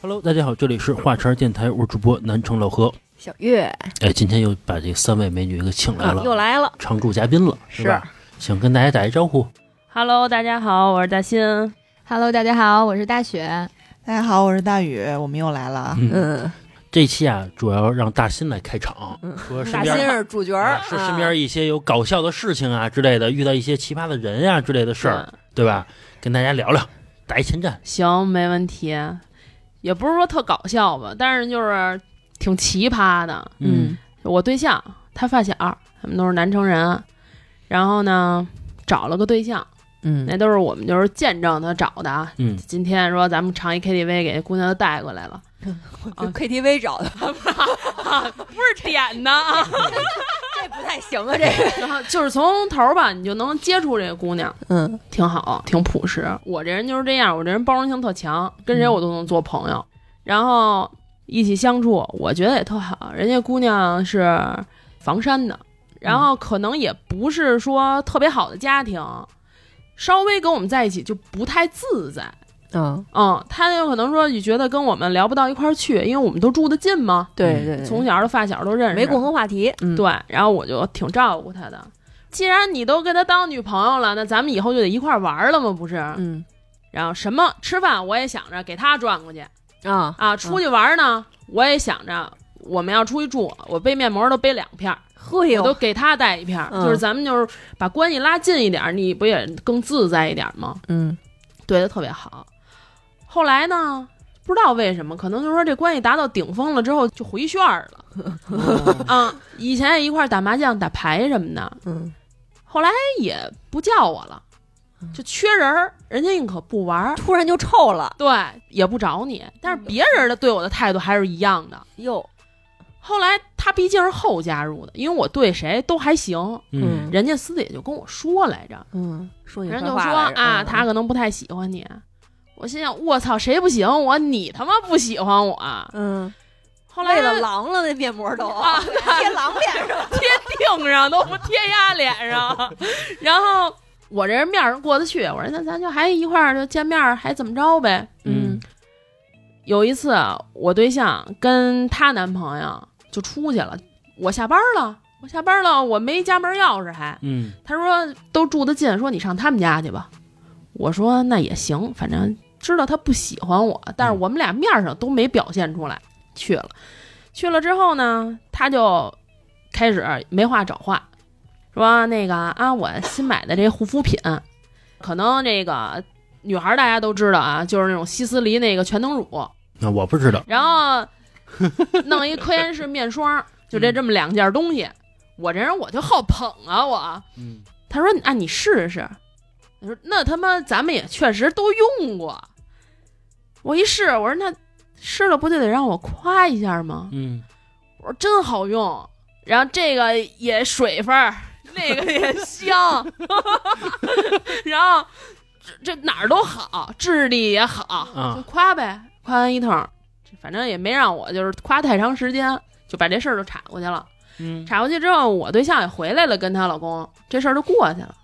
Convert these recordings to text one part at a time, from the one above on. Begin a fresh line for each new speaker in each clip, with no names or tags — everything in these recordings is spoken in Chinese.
Hello，大家好，这里是华晨电台，我是主播南城老何。
小月、哎
哎，今天又把这三位美女给请来了，
又来了，
常驻嘉宾了，
是
是吧？想跟大家打一招呼。
Hello，大家好，我是大新。
Hello，大家好，我是大雪。
大家好，我是大宇，我们又来了啊！
嗯，
嗯，
这期啊，主要让大新来开场，
嗯
说身
大新
边。
是主角
啊
嗯
儿，
说身边一些有搞笑的事情啊之类的，遇到一些奇葩的人呀、之类的事儿，
嗯
对吧？跟大家聊聊，打一前站。
行，没问题。也不是说特搞笑吧，但是就是挺奇葩的。
嗯
我对象他发小，他们都是南城人，啊然后呢找了个对象，
嗯
那都是我们就是见证他找的啊。
嗯，
今天说咱们唱一 KTV 给姑娘都带过来了，
就 KTV 找的，
不是点的啊，
这不太行啊，这 个。
然后就是从头儿吧，你就能接触这个姑娘。
嗯，
挺好，挺朴实。我这人就是这样，我这人包容性特强，跟谁我都能做朋友。然后一起相处，我觉得也特好。人家姑娘是房山的，然
嗯
后可能也不是说特别好的家庭，稍微跟我们在一起就不太自在。
嗯，
嗯，她有可能说你觉得跟我们聊不到一块儿去，因为我们都住得近嘛，
对对，对
从小的发小都认识，
没共同话题，嗯，
对，然后我就挺照顾她的。既然你都跟她当女朋友了，那咱们以后就得一块儿玩儿了嘛，不是？
嗯
然后什么吃饭我也想着给他转过去
啊
啊，出去玩呢、我也想着我们要出去住，我背面膜都背两片儿，
嘿
我
哎呦
都，给他带一片儿，
嗯
就是咱们就是把关系拉近一点儿，你不也更自在一点儿吗？
嗯
对他特别好。后来呢，不知道为什么，可能就是说这关系达到顶峰了之后就回旋儿了
嗯
啊，以前也一块儿打麻将、打牌什么的，
嗯
后来也不叫我了，就缺人儿，人家硬可不玩儿。
突然就臭了，
对，也不找你，但是别人的对我的态度还是一样的。
哟，
后来他毕竟是后加入的，因为我对谁都还行，
嗯
人家私底下就跟我说来着，
嗯，说你
人
坏
家就说
话来着
啊，
嗯
他可能不太喜欢你。我心想，我操，谁不喜欢我？你他妈不喜欢我！啊
嗯，
后来
为了狼了那面膜 都
啊
贴狼脸上，
贴腚上都不贴丫脸上， 然后我这人面儿过得去，我说那咱就还一块儿就见面儿，还怎么着呗？
嗯
有一次，我对象跟她男朋友就出去了，我下班了，我下班了，我没家门钥匙还。
嗯
他说都住得近，说你上他们家去吧。我说那也行，反正知道他不喜欢我，但是我们俩面上都没表现出来。去了，去了之后呢，他就开始没话找话，说那个啊，我新买的这护肤品，可能这个女孩儿大家都知道啊，就是那种希思黎那个全能乳，
那我不知道。
然后弄一科颜氏面霜，就这这么两件东西。我这人我就好捧啊，我。
嗯
他说啊，你试试。我说那他妈咱们也确实都用过。我一试，我说那试了不就得让我夸一下吗？
嗯
我说真好用，然后这个也水分儿，那个也香， 然后这这哪儿都好，质地也好，
啊
就夸呗，夸完一通，反正也没让我就是夸太长时间，就把这事儿就岔过去了。
嗯
岔过去之后，我对象也回来了，跟她老公这事儿就过去了。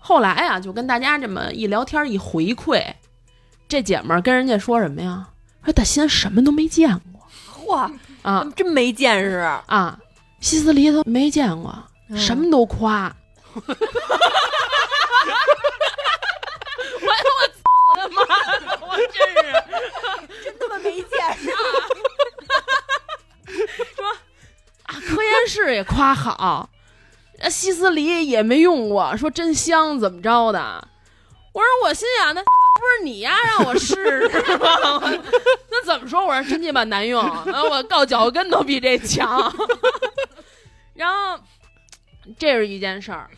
后来啊，就跟大家这么一聊天一回馈，这姐们儿跟人家说什么呀？说大仙什么都没见过
哇，
啊，
真没见识，
啊，西斯里头没见过，
嗯
什么都夸。我我操他妈的，我真是。
真他妈没见识，
科研室也夸好，呃，西斯梨也没用过，说真香，怎么着的？我说我心想，那 不是你呀、让我试试 吗？我那怎么说？我说真鸡巴难用，呃我告脚后跟都比这强。 然后这是一件事儿，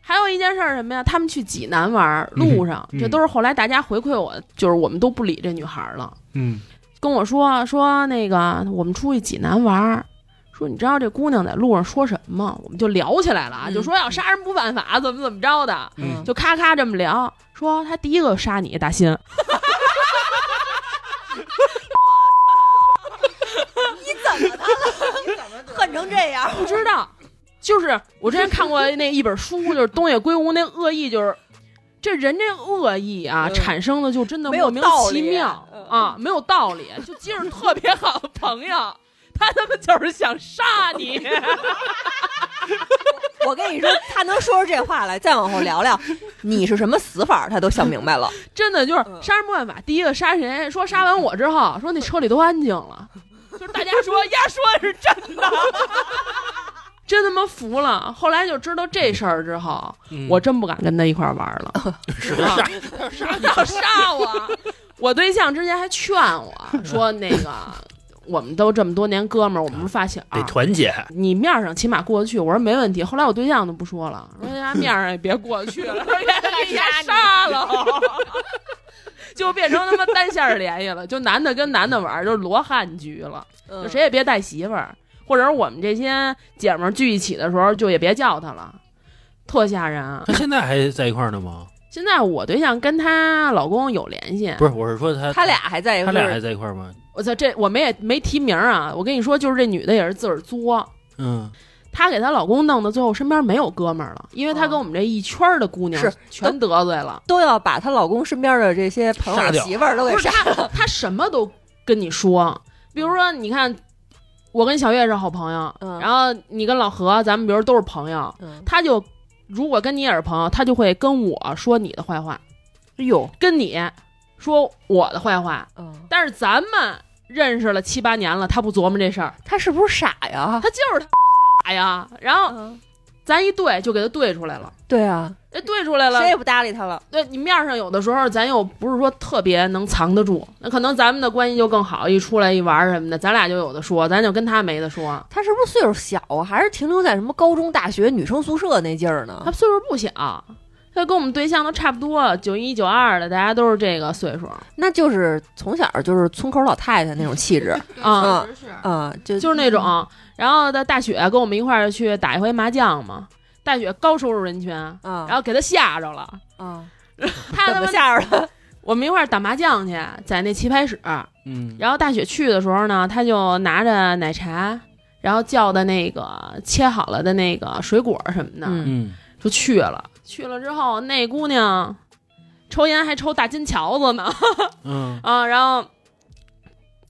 还有一件事儿是什么呀？他们去济南玩儿，路上、
嗯嗯
这都是后来大家回馈我，就是我们都不理这女孩儿了。
嗯
跟我说啊说那个我们出去济南玩儿，说你知道这姑娘在路上说什么吗？我们就聊起来了啊，
嗯
就说要杀人不犯法，怎么怎么着的，
嗯
就咔咔这么聊。说她第一个杀你，大新，
你怎么他了？恨成这样，
不知道，就是我之前看过那一本书，就是东野圭吾那恶意，就是这人这恶意啊，
嗯
产生的就真的
没有
莫名
道
其
理
妙
嗯
啊，没有道理。就即使特别好的朋友，他他妈就是想杀你。
我跟你说，他能说出这话来，再往后聊 聊，你是什么死法儿，他都想明白了。
真的就是
嗯
杀人不犯法，第一个杀谁？说杀完我之后，说那车里都安静了，嗯 就是大家说呀，说的是真 的，真他妈服了。后来就知道这事儿之后，
嗯
我真不敢跟他一块儿玩了，
是
啊
啥？
要 杀 我。我对象之前还劝我说，那个我们都这么多年哥们儿，我们是发小。
得团结，
你面儿上起码过得去，我说没问题。后来我对象都不说了，说人家面儿上也别过得去了，说人家给家杀了， 就变成他妈单线儿联系了，就男的跟男的玩儿，就是罗汉局了，就
嗯
谁也别带媳妇儿，或者是我们这些姐们儿聚一起的时候，就也别叫他了，特吓人啊。
他现在还在一块儿呢吗？
现在我对象跟她老公有联系，
不是，我是说他
他俩还在一
他
块
俩还
儿，
在一块儿吗？
我操，这我们也没提名儿啊。我跟你说，就是这女的也是自个儿作，
嗯，
她给她老公弄的，最后身边没有哥们儿了，因为她
哦
跟我们这一圈儿的姑娘
是
全得罪了。
都要把她老公身边的这些朋
杀
友、
掉
媳妇儿都给
不是
杀了。
她，她什么都跟你说，比如说，你看我跟小月是好朋友，
嗯
然后你跟老何，咱们比如都是朋友，
嗯，
她就如果跟你也是朋友，她就会跟我说你的坏话，
哟，
跟你说我的坏话，
嗯，
但是咱们认识了七八年了，她不琢磨这事儿，
他是不是傻呀？
她就是她 傻呀，然后
嗯，
咱一对就给她对出来了。
对啊，
哎，对出来了，
谁也不搭理他了。
对你面儿上有的时候咱又不是说特别能藏得住，那可能咱们的关系就更好，一出来一玩儿什么的，咱俩就有的说，咱就跟他没得说。
他是不是岁数小啊？还是停留在什么高中、大学女生宿舍那劲儿
他
呢？
岁数不小，他跟我们对象都差不多，九一九二的，大家都是这个岁数
那就是从小就是村口老太太那种气质
啊，
嗯
确实是
啊，就
就是那种。然后到大雪跟我们一块儿去打一回麻将嘛，大雪高收入人群，
啊，
然后给他吓着了，
啊，
他他
怎么
妈
吓着了？
我们一块儿打麻将去，在那棋牌室。
嗯，
然后大雪去的时候呢，她就拿着奶茶，然后叫的那个切好了的那个水果什么的，
嗯
嗯，
就去了。去了之后，那姑娘抽烟还抽大金条子呢
嗯，
啊，然后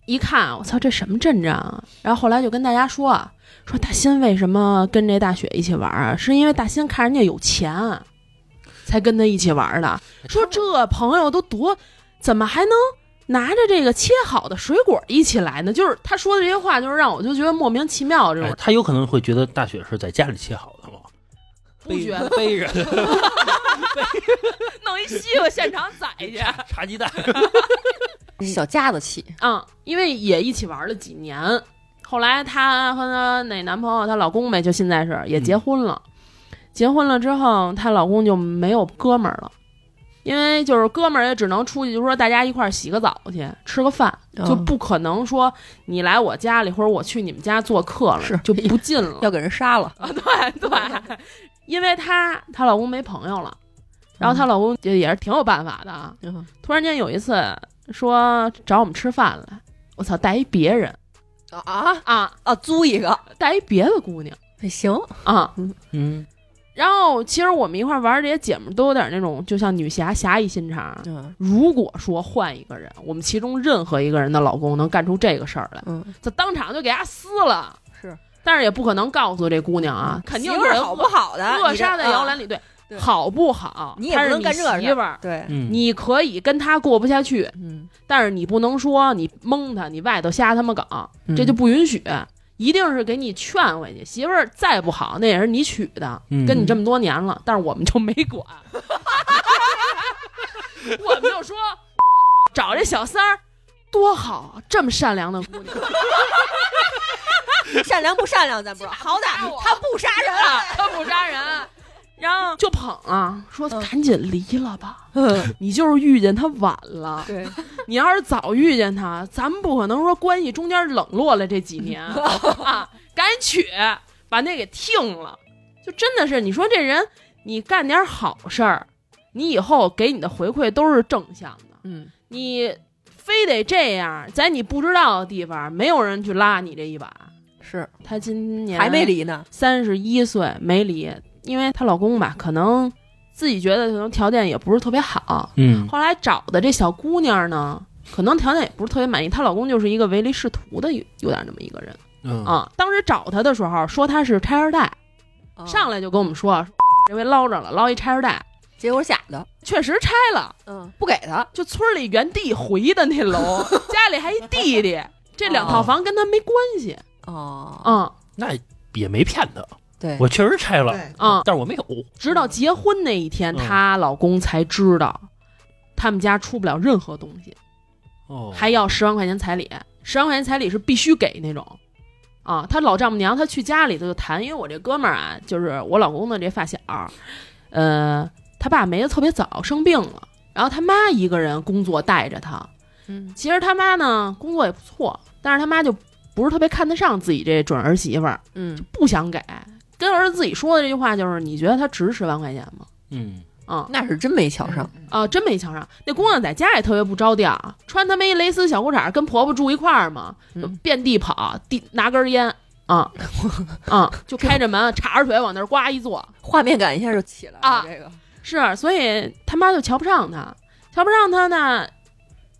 一看，我操，这什么阵仗啊？然后后来就跟大家说啊，说大新为什么跟这大雪一起玩啊？是因为大新看人家有钱啊，才跟他一起玩的。说这朋友都多，怎么还能拿着这个切好的水果一起来呢？就是他说的这些话，就是让我就觉得莫名其妙这种
哎，他有可能会觉得大雪是在家里切好的吗？
不 觉得
背着
弄一西瓜现场宰去。
茶鸡蛋，
小家子气，
嗯，因为也一起玩了几年，后来她和她那男朋友，她老公呗，就现在是也结婚了。结婚了之后，她老公就没有哥们儿了，因为就是哥们儿也只能出去，就说大家一块儿洗个澡去，吃个饭，就
嗯
不可能说你来我家里或者我去你们家做客了，
是
就不近了。
要给人杀了。
啊， 对对，因为她她老公没朋友了，然后她老公就也是挺有办法的啊，
嗯
突然间有一次说找我们吃饭来，我操，带一别人
啊
啊，
啊，租一个
带一别的姑娘
也哎行，
啊。
嗯，
然后其实我们一块玩儿这些姐们儿都有点那种，就像女侠侠义心肠。
嗯
如果说换一个人，我们其中任何一个人的老公能干出这个事儿来，
嗯，
这当场就给他撕了。
是，嗯
但是也不可能告诉这姑娘啊，肯定
媳妇
是
儿好不好的，
扼
你这
杀在摇篮
啊
里。对，
对
好不好？
你也
她是
不能干
你
这事儿
媳妇儿，
对，
嗯
你可以跟他过不下去，
嗯，
但是你不能说你蒙他，你外头瞎他妈搞，
嗯
这就不允许。一定是给你劝回去，媳妇儿再不好，那也是你娶的，
嗯
跟你这么多年了，但是我们就没管， 我们就说找这小三儿多好，这么善良的姑娘，
善良不善良咱不知道， 好
不杀我
歹他不杀 人。
她不杀人，然后就捧啊，说
嗯
赶紧离了吧，
嗯，
你就是遇见他晚了，
对，
你要是早遇见他，咱们不可能说关系中间冷落了这几年 啊，赶紧娶，把那给听了，就真的是你说这人，你干点好事儿，你以后给你的回馈都是正向的，
嗯，
你非得这样，在你不知道的地方，没有人去拉你这一把。
嗯是
她今年
还没离呢。
三十一岁没离，因为她老公吧，可能自己觉得可能条件也不是特别好。
嗯
后来找的这小姑娘呢，可能条件也不是特别满意，她老公就是一个唯利是图的，有有点那么一个人
嗯
啊。当时找她的时候，说她是拆二代，
哦
上来就跟我们说， 说这回捞着了，捞一拆二代，
结果假的，
确实拆了，
嗯，不给他，
就村里原地回的那 楼，家里还一弟弟，这两套房跟她没关系，
哦，
嗯
那也没骗他，
对，
我确实拆了，
哎
对，
嗯。
但是我没有。
直到结婚那一天，
嗯
她老公才知道，他们家出不了任何东西，
哦，
还要十万块钱彩礼，十万块钱彩礼是必须给那种。啊，她老丈母娘她去家里头就谈，因为我这哥们儿啊，就是我老公的这发小，呃，他爸没的特别早，生病了，然后他妈一个人工作带着他。
嗯
其实他妈呢工作也不错，但是他妈就不是特别看得上自己这准儿媳妇儿，
嗯，
不想给。跟儿子自己说的这句话就是：“你觉得他值十万块钱吗？”
嗯
嗯，
那是真没瞧上，
啊，真没瞧上。那姑娘在家也特别不着调，穿他妈一蕾丝小裤衩儿，跟婆婆住一块儿嘛，就
嗯
遍地跑，地拿根儿烟啊啊，就开着门，叉着腿往那儿呱一坐。
画面感一下就起来
啊
了，这个，
是，所以他妈就瞧不上他，瞧不上他呢。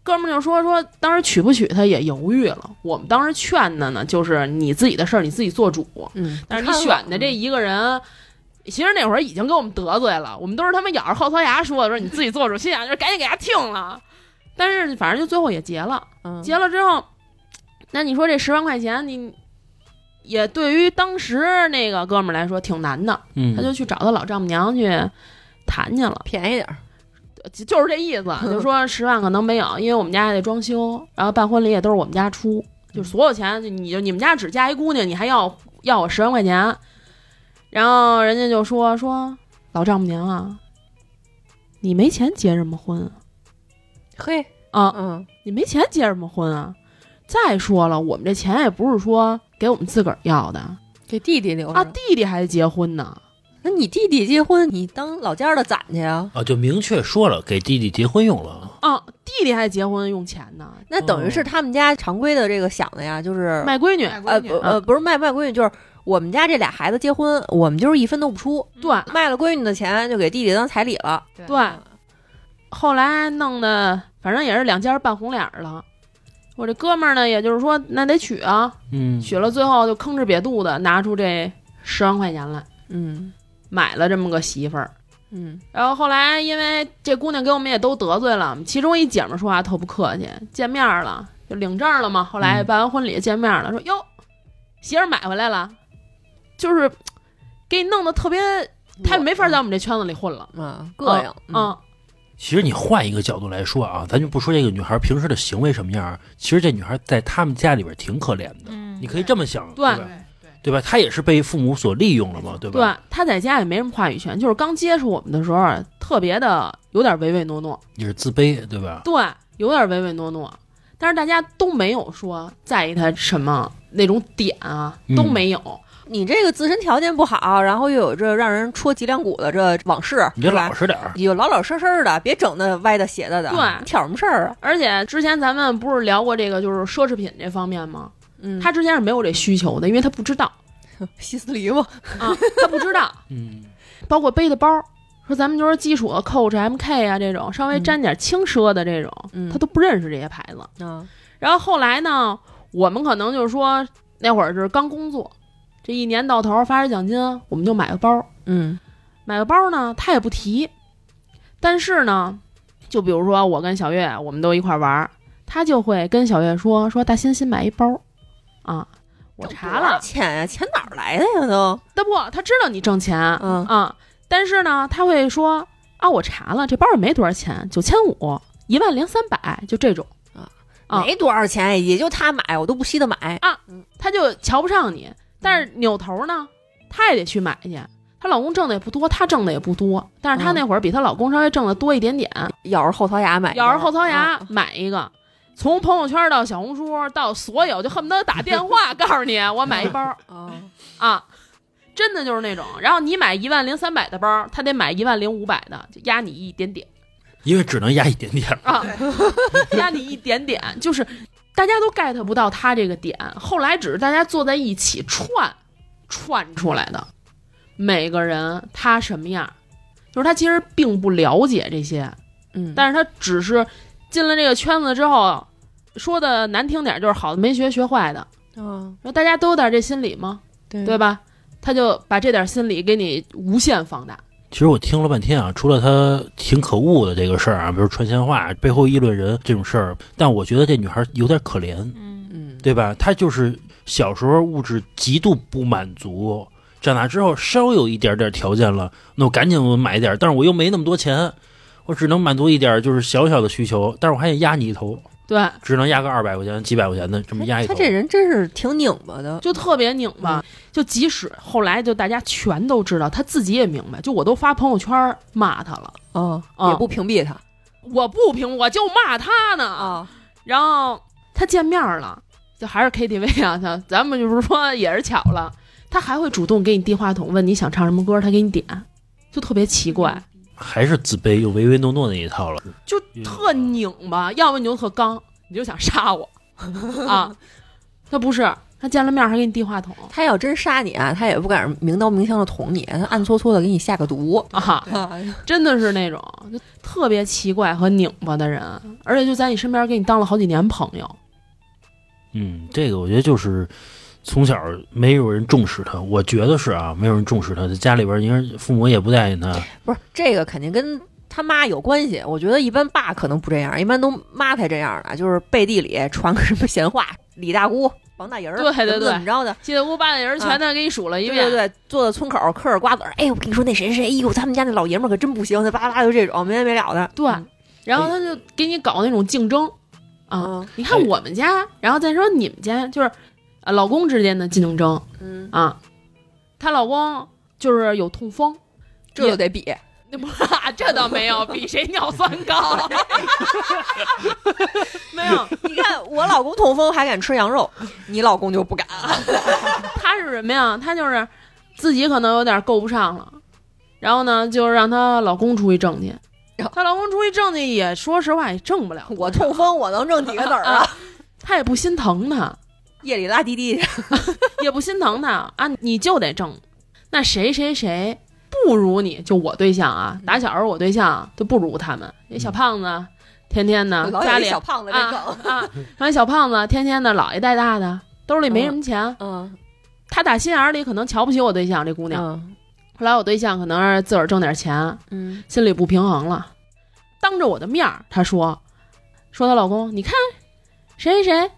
哥们儿就说说，当时娶不娶她也犹豫了。我们当时劝的呢，就是你自己的事儿你自己做主，
嗯，
但是你选的这一个人，其实那会儿已经给我们得罪了，我们都是他妈咬着后槽牙说的，说你自己做主，心想就是赶紧给他听了。但是反正就最后也结了，
嗯
结了之后，那你说这十万块钱，你也对于当时那个哥们儿来说挺难的，
嗯，
他就去找他老丈母娘去谈去了。
便宜点儿，
就就是这意思，就说十万可能没有，因为我们家还得装修，然后办婚礼也都是我们家出，就所有钱就你就你们家只嫁一姑娘，你还要要我十万块钱，然后人家就说说老丈母娘啊，你没钱结什么婚啊
嘿，
啊？
嗯，
你没钱结什么婚啊？再说了，我们这钱也不是说给我们自个儿要的
给弟弟留着
啊，弟弟还结婚呢，
那你弟弟结婚，你当老家的攒去啊？
啊，就明确说了给弟弟结婚用了。
啊，弟弟还结婚用钱呢，
那等于是他们家常规的这个想的呀，就是
卖闺女，
嗯
呃不呃不是哦卖卖闺女，就是我们家这俩孩子结婚，我们就是一分都不出，
对，
卖了闺女的钱就给弟弟当彩礼了。
对，后来弄的，反正也是两家儿扮红脸儿了。我这哥们儿呢，也就是说，那得娶啊，
嗯，
娶了最后就吭哧瘪肚的拿出这十万块钱来
嗯
买了这么个媳妇儿。
嗯
然后后来因为这姑娘给我们也都得罪了，其中一姐们儿说话特不客气，见面儿了就领证儿了嘛。后来
嗯
办完婚礼见面儿了，说哟，媳妇儿买回来了，就是给你弄得特别，她没
嗯
法在我们这圈子里混了。
啊，膈应
嗯，
其实你换一个角度来说啊，咱就不说这个女孩平时的行为什么样儿，其实这女孩在他们家里边挺可怜的，
嗯
你可以这么想，
对
吧？
对
对吧？她也是被父母所利用了嘛，对
对
吧？，
他在家也没什么话语权，就是刚接触我们的时候，啊特别的有点唯唯诺诺，
也是自卑，对吧？
对，有点唯唯诺诺。但是大家都没有说在意他什么那种点啊，
嗯
都没有。
你这个自身条件不好，然后又有这让人戳脊梁骨的这往事，
你就是
吧
老？实点儿，
你就老老实实的，别整那歪的斜的的。
对
你挑什么事儿啊？
而且之前咱们不是聊过这个，就是奢侈品这方面吗？
嗯
他之前是没有这需求的，因为他不知 道
西斯黎嘛，
啊，他不知道，
嗯，
包括背的包，说咱们就是基础的 Coach、MK 啊这种稍
嗯
微沾点轻奢的这种，
嗯
他都不认识这些牌子。
啊，
然后后来呢，我们可能就是说那会儿是刚工作，这一年到头发点奖金，我们就买个包，
嗯
买个包呢他也不提，但是呢，就比如说我跟小月，我们都一块儿玩儿，他就会跟小月说说大欣新买一包，啊，我查
挣多少
了，
钱呀，钱哪儿来的呀都？
那不他知道你挣钱，
嗯
啊，但是呢他会说啊我查了这包也没多少钱，九千五，一万零三百，就这种。啊
没多少钱，也就他买，我都不稀得买。
他就瞧不上你。但是扭头呢，她也得去买去。她老公挣的也不多，她挣的也不多，但是她
嗯
那会儿比她老公稍微挣的多一点点，
咬着后槽牙买，
咬着后槽牙买一个。从朋友圈到小红书到所有，就恨不得打电话告诉你，我买一包
啊，
啊，真的就是那种。然后你买一万零三百的包，他得买一万零五百的，就压你一点点
因为只能压一点点儿，
啊， 压你一点点，就是大家都 get 不到他这个点。后来只是大家坐在一起串串出来的，每个人他什么样，就是他其实并不了解这些，
嗯，
但是他只是进了这个圈子之后，说的难听点儿就是好的没学，学坏的。
嗯，
说大家都有点这心理吗？
对
对吧？他就把这点心理给你无限放大。
其实我听了半天啊，除了他挺可恶的这个事儿啊，比如传闲话、背后议论人这种事儿，但我觉得这女孩有点可怜，
嗯，
嗯，
对吧？她就是小时候物质极度不满足，长大之后稍有一点点条件了，那我赶紧我买一点，但是我又没那么多钱，我只能满足一点就是小小的需求，但是我还得压你一头，
对，
只能压个二百块钱、几百块钱的这么压一头。
他这人真是挺拧巴的，
就特别拧巴。就即使后来就大家全都知道，他自己也明白，就我都发朋友圈骂他了，
嗯，
啊
也不屏蔽他
我不评，我就骂他呢。
啊，
然后他见面了，就还是 KTV 啊，他咱们就是说也是巧了，他还会主动给你递话筒，问你想唱什么歌，他给你点，就特别奇怪，
还是自卑又唯唯诺诺那一套了，
就特拧巴，要么你就特刚，你就想杀我啊，他不是。他见了面还给你递话筒
他要真杀你啊，他也不敢明刀明枪的捅你，他暗搓搓的给你下 个毒。
啊，
啊，
真的是那种就特别奇怪和拧巴的人，而且就在你身边给你当了好几年朋友。
嗯，这个我觉得就是从小没有人重视他，我觉得是啊，没有人重视他，家里边应该父母也不待见他。
不是这个肯定跟他妈有关系。我觉得一般爸可能不这样，一般都妈才这样呢，就是背地里传个什么闲话，李大姑、王大爷儿，
对对
怎么
对
怎么着的。
记得屋把那人全都给你数了一
对
遍，
对对，坐在村口嗑着瓜子儿，哎，我跟你说那谁谁谁，哎呦，他们家那老爷们儿可真不行，他巴拉巴拉就这种没完没了的。
对然后他就给你搞那种竞争啊。
嗯
你看
哎
我们家，然后再说你们家，就是呃老公之间的竞争
嗯，
啊。她老公就是有痛风，
这就得比，
那不啊这倒没有，比谁尿酸 高。没有，
你看我老公痛风还敢吃羊肉，你老公就不敢。
他是什么呀？他就是自己可能有点够不上了，然后呢，就让她老公出去挣去
然后。
她老公出去挣去也，说实话也挣不了。啊
我痛风，我能挣几个子儿啊？
他也不心疼她，
夜里拉滴滴去，
也不心疼她啊，你就得挣。那谁谁谁不如你？就我对象啊，
嗯
打小我对象就不如他们。那小胖子天天的
老
家
有一
里
小胖子这梗。
啊，然后小胖子天天的姥爷带大的，兜里没什么钱。
嗯
他打心眼儿里可能瞧不起我对象这姑娘。
嗯
后来我对象可能是自个儿挣点钱，
嗯，
心里不平衡了，当着我的面儿，她说，说她老公，你看谁谁谁，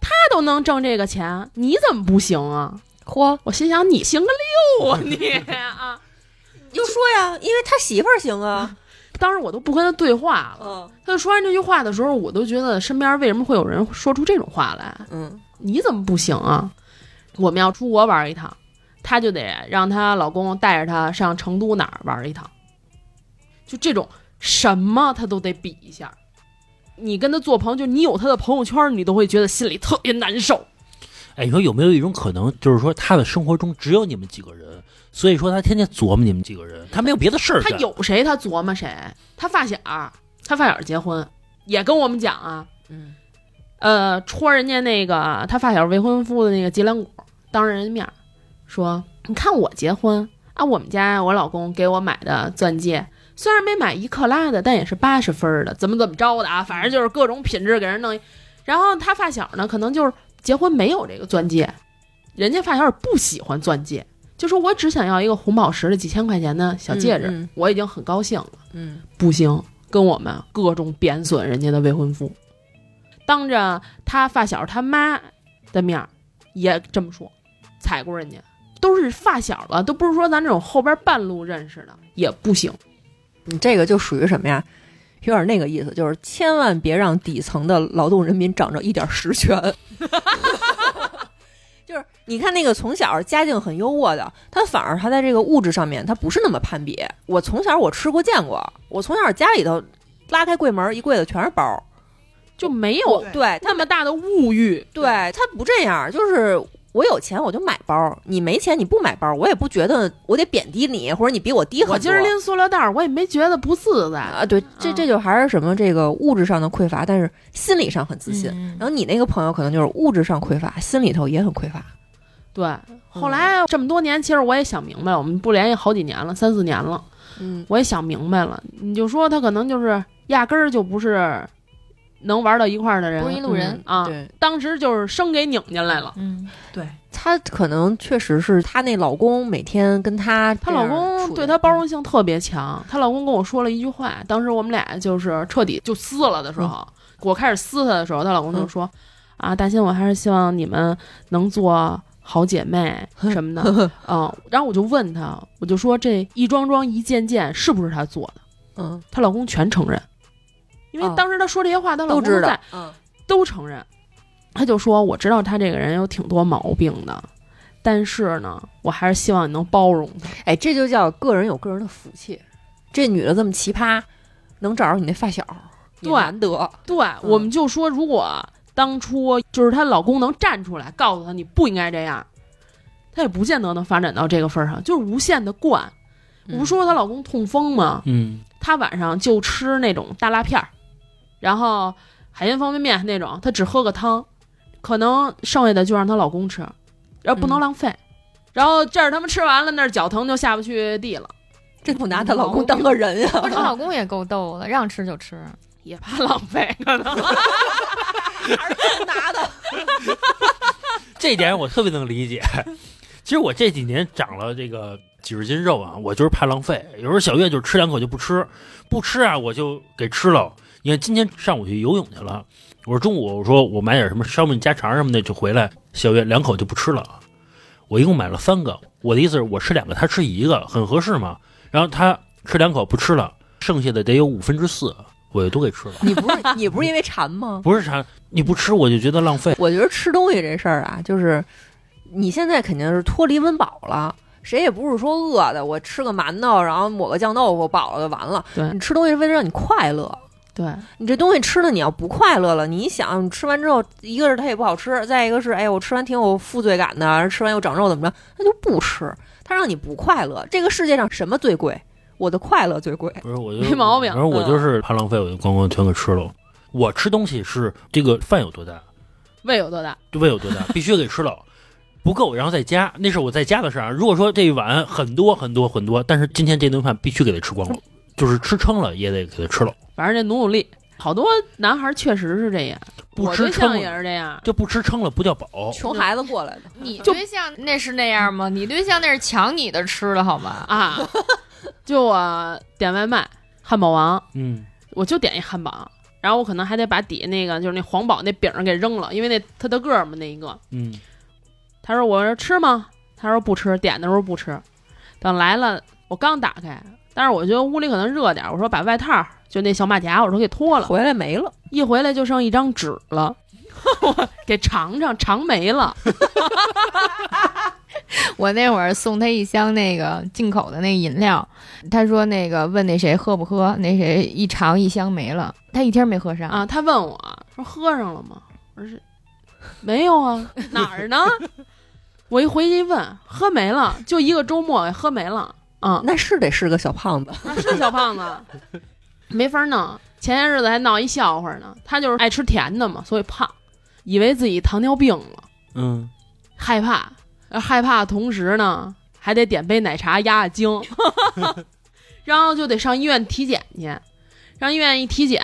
他都能挣这个钱，你怎么不行啊？
嚯，
我心想你行个六啊你啊！
你就说呀，因为他媳妇儿行啊。
当时我都不跟他对话了。
嗯
他就说完这句话的时候，我都觉得身边为什么会有人说出这种话来？
嗯
你怎么不行啊？我们要出国玩一趟，她就得让她老公带着她上成都哪儿玩一趟，就这种什么她都得比一下。你跟她做朋友，就你有她的朋友圈，你都会觉得心里特别难受。
哎，你说有没有一种可能，就是说他的生活中只有你们几个人，所以说他天天琢磨你们几个人，他没有别的事儿
她
干。
有谁她琢磨谁，她发小，她发小结婚也跟我们讲啊，
嗯
呃，戳人家那个他发小未婚夫的那个脊梁骨，当着人家面儿说：“你看我结婚啊，我们家我老公给我买的钻戒，虽然没买一克拉的，但也是八十分儿的，怎么怎么着的啊，反正就是各种品质给人弄一。然后他发小呢，可能就是结婚没有这个钻戒，人家发小也不喜欢钻戒，就说我只想要一个红宝石的几千块钱的小戒指，
嗯嗯
我已经很高兴了。”
嗯，
不行，跟我们各种贬损人家的未婚夫，当着他发小他妈的面儿也这么说，踩过人家，都是发小了，都不是说咱这种后边半路认识的也不行。
你嗯这个就属于什么呀？有点那个意思，就是千万别让底层的劳动人民长着一点实权。 就是你看那个从小家境很优渥的，他反而他在这个物质上面他不是那么攀比。我从小我吃过见过，我从小家里头拉开柜门一柜子全是包，
就没有
对
对他
那么大的物欲，
对他不这样，就是我有钱我就买包，你没钱你不买包，我也不觉得我得贬低你，或者你比我低很多。
我今儿拎塑料袋儿，我也没觉得不自在。
啊，对，这
嗯
这就还是什么这个物质上的匮乏，但是心理上很自信。
嗯
然后你那个朋友可能就是物质上匮乏，心里头也很匮乏。
对，后来这么多年，其实我也想明白了，我们不联系好几年了，三四年了，
嗯
我也想明白了。你就说他可能就是压根儿就不是能玩到一块儿的人，
不是一路人
嗯啊，
对，
当时就是生给拧进来了。
嗯，
她可能确实是她那老公每天跟她
她
这
老
样
公
处
对
的
她包容性特别强，她老公跟我说了一句话，当时我们俩就是彻底就撕了的时候，
嗯
我开始撕她的时候，她老公就说：“啊，大新，我还是希望你们能做好姐 妹什么的。”嗯，然后我就问她，我就说这一桩桩一件件是不是她做的？
嗯
她老公全承认，因为
哦
当时她说这些话，她老
都
公
知
在
道，嗯
都承认。他就说：“我知道他这个人有挺多毛病的，但是呢，我还是希望你能包容他。
哎，这就叫个人有个人的福气。这女的这么奇葩，能找着你那发小，也
对
难得。
对，
嗯
我们就说，如果当初就是她老公能站出来告诉她你不应该这样，她也不见得能发展到这个份儿上，就是无限的惯。我
嗯
不说她老公痛风吗？
嗯，
她晚上就吃那种大辣片儿，然后海鲜方便面那种，她只喝个汤，可能剩下的就让她老公吃，然后不能
嗯
浪费。然后这儿他们吃完了，那儿脚疼就下不去地了，
这不
嗯
拿她老公当个人啊呀、
不是她老公也够逗的，让吃就吃。
也怕浪费，可能。
拿的。
这点我特别能理解。其实我这几年长了这个几十斤肉啊，我就是怕浪费。有时候小月就吃两口就不吃，不吃啊我就给吃了。你看今天上午去游泳去了，我说中午我说我买点什么烧饼家常什么的就回来，小月两口就不吃了。我一共买了三个，我的意思是我吃两个，她吃一个，很合适嘛。然后她吃两口不吃了，剩下的得有五分之四，我就都给吃了。
你不是你不是因为馋吗？
不是啥，你不吃我就觉得浪费。
我觉得吃东西这事儿啊，就是你现在肯定是脱离温饱了。谁也不是说饿的，我吃个馒头，然后抹个酱豆腐，饱了就完了。
对
你吃东西是为了让你快乐，
对，
你这东西吃的你要不快乐了，你一想你吃完之后，一个是它也不好吃，再一个是哎呀我吃完挺有负罪感的，吃完又长肉怎么着，那就不吃，它让你不快乐。这个世界上什么最贵？我的快乐最贵。
不是，我就
没毛病嗯
然后我就是怕浪费，我就咣咣全给吃了。我吃东西是这个饭有多大，
胃有多大？
胃有多 大，必须给吃了，不够然后再加。那是我在家的事儿啊。如果说这一碗很多很多很多，但是今天这顿饭必须给它吃光了，就是吃撑了也得给它吃了，
反正得努努力。好多男孩确实是这样，
不
我
吃
对象
撑
也
了
是这样。
就不吃撑了不叫饱。
穷孩子过来的，
你
就
对象那是那样吗？你对象那是抢你的吃的好吗？
啊，就我点外卖，汉堡王，
嗯，
我就点一汉堡，然后我可能还得把底下那个就是那黄堡那饼儿给扔了，因为那他的个儿嘛那一个。
嗯，
他说我说吃吗？他说不吃，点的时候不吃。等来了，我刚打开，但是我觉得屋里可能热点儿，我说把外套儿就那小马甲我说给脱了，
回来没了。
一回来就剩一张纸了， 我给尝尝尝没了。
我那会儿送他一箱那个进口的那饮料，他说那个问那谁喝不喝，那谁一尝一箱没了，他一天没喝上。
啊，他问我说喝上了吗？我说没有啊，哪儿呢？ 我一回去一问，喝没了，就一个周末给喝没了。啊、
那是得是个小胖子，
是小胖子， 没法弄。前些日子还闹一笑话呢，他就是爱吃甜的嘛，所以胖，以为自己糖尿病了，
嗯，
害怕，而害怕的同时呢，还得点杯奶茶压压惊， 然后就得上医院体检去。上医院一体检，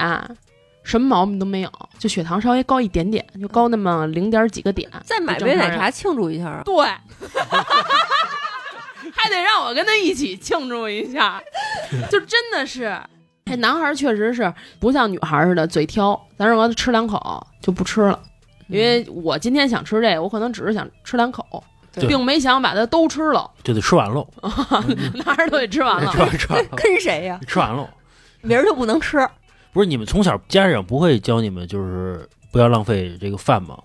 什么毛病都没有，就血糖稍微高一点点，就高那么零点几个点。
再买
就
杯
正常
奶茶庆祝一下啊。
对， 还得让我跟他一起庆祝一下，就真的是。这男孩确实是不像女孩似的嘴挑，咱让他吃两口就不吃了，因为我今天想吃这个，我可能只是想吃两口，
对
并没想把它都吃了，
就得吃完喽，
哪儿都给吃完
吃
了。
完吃 完了，
跟谁呀、
吃完喽。
明儿就不能吃。
不是你们从小家长不会教你们就是不要浪费这个饭吗？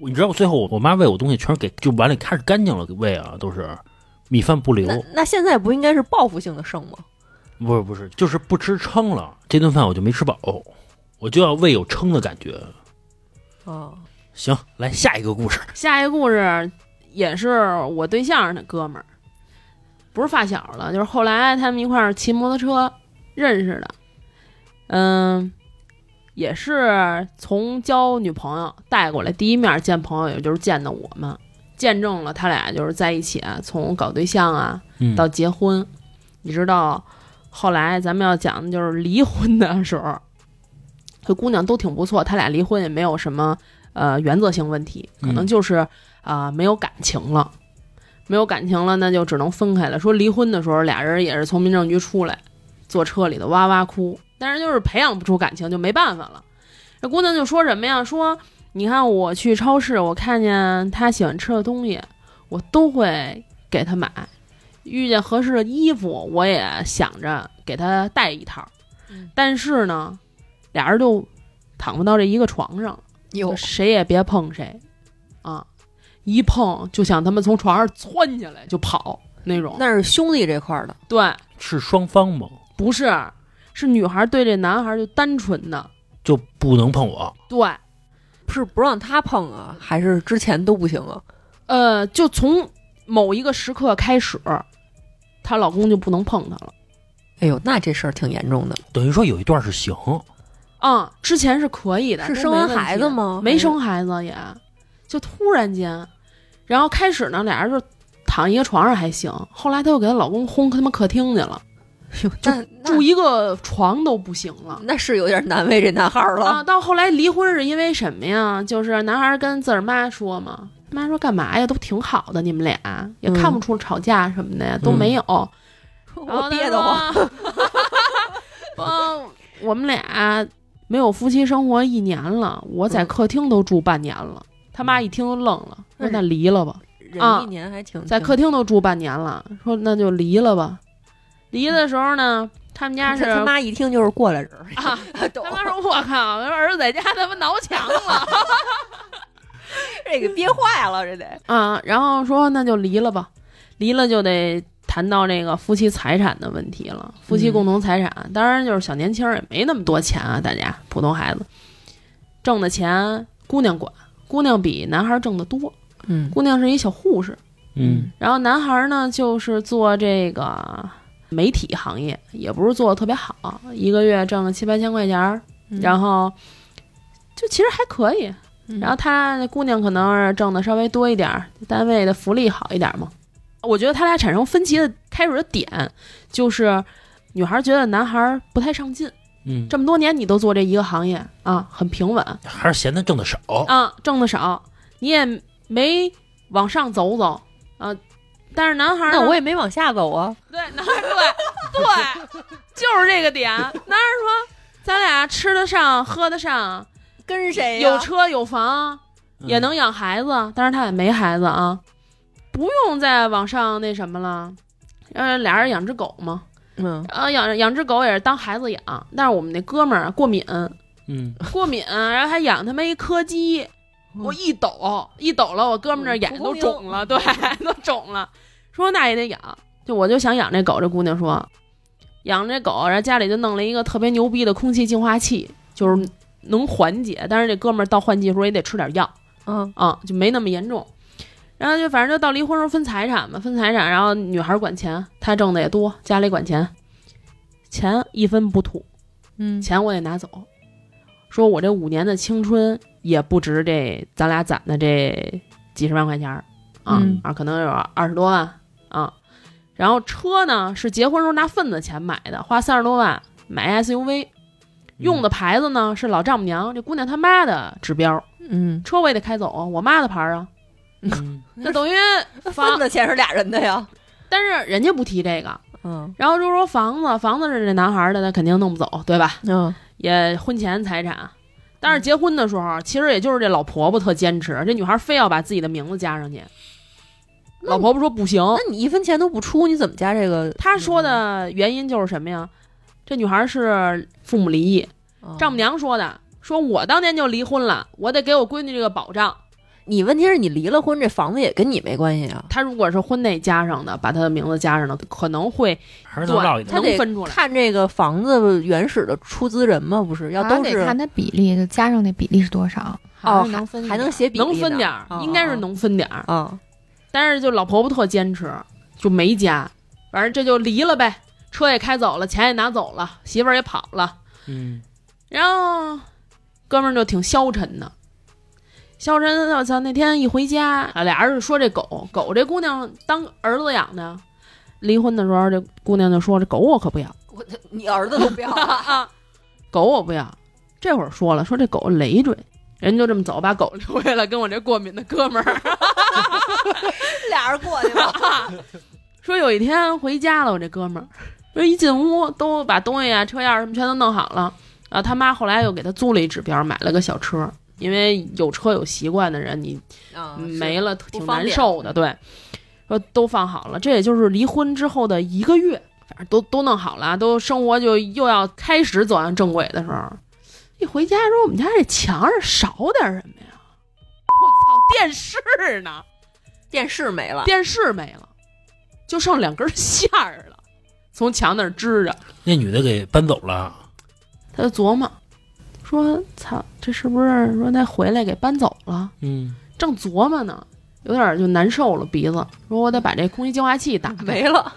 我你知道我最后我我妈喂我东西全是给就碗里开始干净了给喂啊，都是米饭不留
那，那现在不应该是报复性的剩吗？
不是不是，就是不吃撑了，这顿饭我就没吃饱，我就要胃有撑的感觉。
哦
啊、
行，来下一个故事，
下一个故事也是我对象那哥们儿，不是发小了，就是后来他们一块儿骑摩托车认识的，嗯，也是从交女朋友带过来，第一面见朋友也就是见的我们，见证了他俩就是在一起啊，从搞对象啊
嗯
到结婚，你知道后来咱们要讲的就是离婚的时候， 这姑娘都挺不错，他俩离婚也没有什么呃原则性问题，可能
嗯
就是啊、没有感情了。没有感情了，那就只能分开了。说离婚的时候，俩人也是从民政局出来，坐车里头哇哇哭，但是就是培养不出感情，就没办法了。这姑娘就说什么呀？说你看我去超市，我看见她喜欢吃的东西，我都会给她买；遇见合适的衣服，我也想着给她带一套。但是呢，俩人就躺不到这一个床上，
有
就谁也别碰谁啊！一碰就想他们从床上窜起来就跑那种。
那是兄弟这块儿的，
对，
是双方吗？
不是，是女孩对这男孩就单纯的
就不能碰我，
对。
是不让他碰啊，还是之前都不行啊？
呃，就从某一个时刻开始，她老公就不能碰她了。
哎呦，那这事儿挺严重的，
等于说有一段是行，
啊、之前是可以的，
是
都
生
没
完
问
孩
题
子吗
没
还
生孩子也，就突然间，然后开始呢，俩人就躺一个床上还行，后来她又给她老公轰他妈客厅去了，哎
哟，那
住
那
一个床都不行了。
那是有点难为这男孩儿
啊，
了。
到后来离婚是因为什么呀？就是男孩儿跟自个儿妈说嘛，妈说干嘛呀？都挺好的，你们俩也
嗯
看不出吵架什么的呀，都没有。 然后
我
他
憋得慌，
说。嗯，我们俩没有夫妻生活一年了，我在
嗯
客厅都住半年了。他妈一听都愣了，说
嗯
那离了吧，
忍一年还挺
在客厅都住半年了，说那就离了吧。离的时候呢，他们家
他
是
他妈一听就是过来人儿，
啊，
懂
他妈说我靠，儿子在家他妈挠墙了。
这给憋坏了，这 得
啊，然后说那就离了吧，离了就得谈到这个夫妻财产的问题了，夫妻
嗯
共同财产，当然就是小年轻儿也没那么多钱啊，大家普通孩子挣的钱姑娘管，姑娘比男孩儿挣得多，
嗯
姑娘是一小护士，
嗯
然后男孩儿呢就是做这个媒体行业，也不是做的特别好，一个月挣个七八千块钱儿，
嗯
然后就其实还可以。
嗯
然后他那姑娘可能是挣的稍微多一点儿，单位的福利好一点儿嘛。我觉得他俩产生分歧的开始的点，就是女孩觉得男孩不太上进，
嗯，
这么多年你都做这一个行业啊，很平稳
还是嫌他挣的少，
啊，挣的少，你也没往上走走啊。但是男孩呢
那我也没往下走啊，
对，男孩儿对对，就是这个点。男孩儿说，咱俩吃得上，喝得上，
跟谁哎呀
有车有房，
嗯
也能养孩子，但是他也没孩子啊，不用再往上那什么了。呃，俩人养只狗嘛，
嗯，
呃，养养只狗也是当孩子养，但是我们那哥们儿啊过敏，
嗯，
过敏，然后还养他妈一柯基，我一抖一抖了，我哥们儿那眼睛都肿了，对，都肿了。说那也得养，就我就想养这狗。这姑娘说，养这狗，然后家里就弄了一个特别牛逼的空气净化器，就是能缓解，但是这哥们儿到换季的时候也得吃点药
嗯
啊，就没那么严重。然后就反正就到离婚时候分财产嘛，分财产，然后女孩管钱，她挣的也多，家里管钱，钱一分不吐。
嗯
钱我得拿走。说我这五年的青春也不值这咱俩攒的这几十万块钱儿啊、
嗯
啊，可能有二十多万啊。然后车呢是结婚时候拿份子钱买的，花三十多万买 SUV，用的牌子呢是老丈母娘这姑娘她妈的指标，
嗯，
车我也得开走啊，我妈的牌儿啊，
嗯，
那等于
分
房，
的钱是俩人的呀，
但是人家不提这个。
嗯
然后就说房子，房子是这男孩儿的，那肯定弄不走，对吧？
嗯，
也婚前财产。但是结婚的时候，其实也就是这老婆婆特坚持，这女孩非要把自己的名字加上去。
那
老婆婆说不行，
那你一分钱都不出，你怎么加这个？
她说的原因就是什么呀？这女孩是父母离异，
嗯
丈母，娘说的，说我当年就离婚了，我得给我闺女这个保障。
你问题是你离了婚，这房子也跟你没关系啊，
她如果是婚内加上的，把她的名字加上了，可能会
还是能落一
他
对，
点
能
得
分出来
看这个房子原始的出资人嘛，不是要
好像
都
得
是
看它比例，就加上那比例是多少，
哦
嗯
好像能分一
还
点
能写比例呢
能分点儿
哦，
应该是能分点儿。
啊，
但是就老婆婆特坚持，就没加，反正这就离了呗，车也开走了，钱也拿走了，媳妇儿也跑了，
嗯
然后哥们儿就挺消沉的。肖晨，我操，那天一回家，啊俩人就说这狗狗这姑娘当儿子养的，离婚的时候这姑娘就说这狗我可不要
我 你儿子都不要 了，
啊，狗我不要。这会儿说了，说这狗累赘，人就这么走，把狗留下了，跟我这过敏的哥们儿。
俩人过去吧。
说有一天回家了，我这哥们儿，说一进屋都把东西啊、车钥匙什么全都弄好了。啊，他妈后来又给他租了一指标，买了个小车，因为有车有习惯的人，你
啊，是
没了挺
不方
难
便嗯
受的。对，说都放好了，这也就是离婚之后的一个月，反正都都弄好了，都生活就又要开始走向正轨的时候，一回家说我们家这墙上少点什么呀？ 我操，电视呢？
电视没了，
电视没了，就剩两根线儿了，从墙那儿支着。
那女的给搬走了，
他就琢磨，说：“操，这是不是说他回来给搬走了
嗯，？”
正琢磨呢，有点儿就难受了，鼻子说：“我得把这空气净化器打开。”
没了，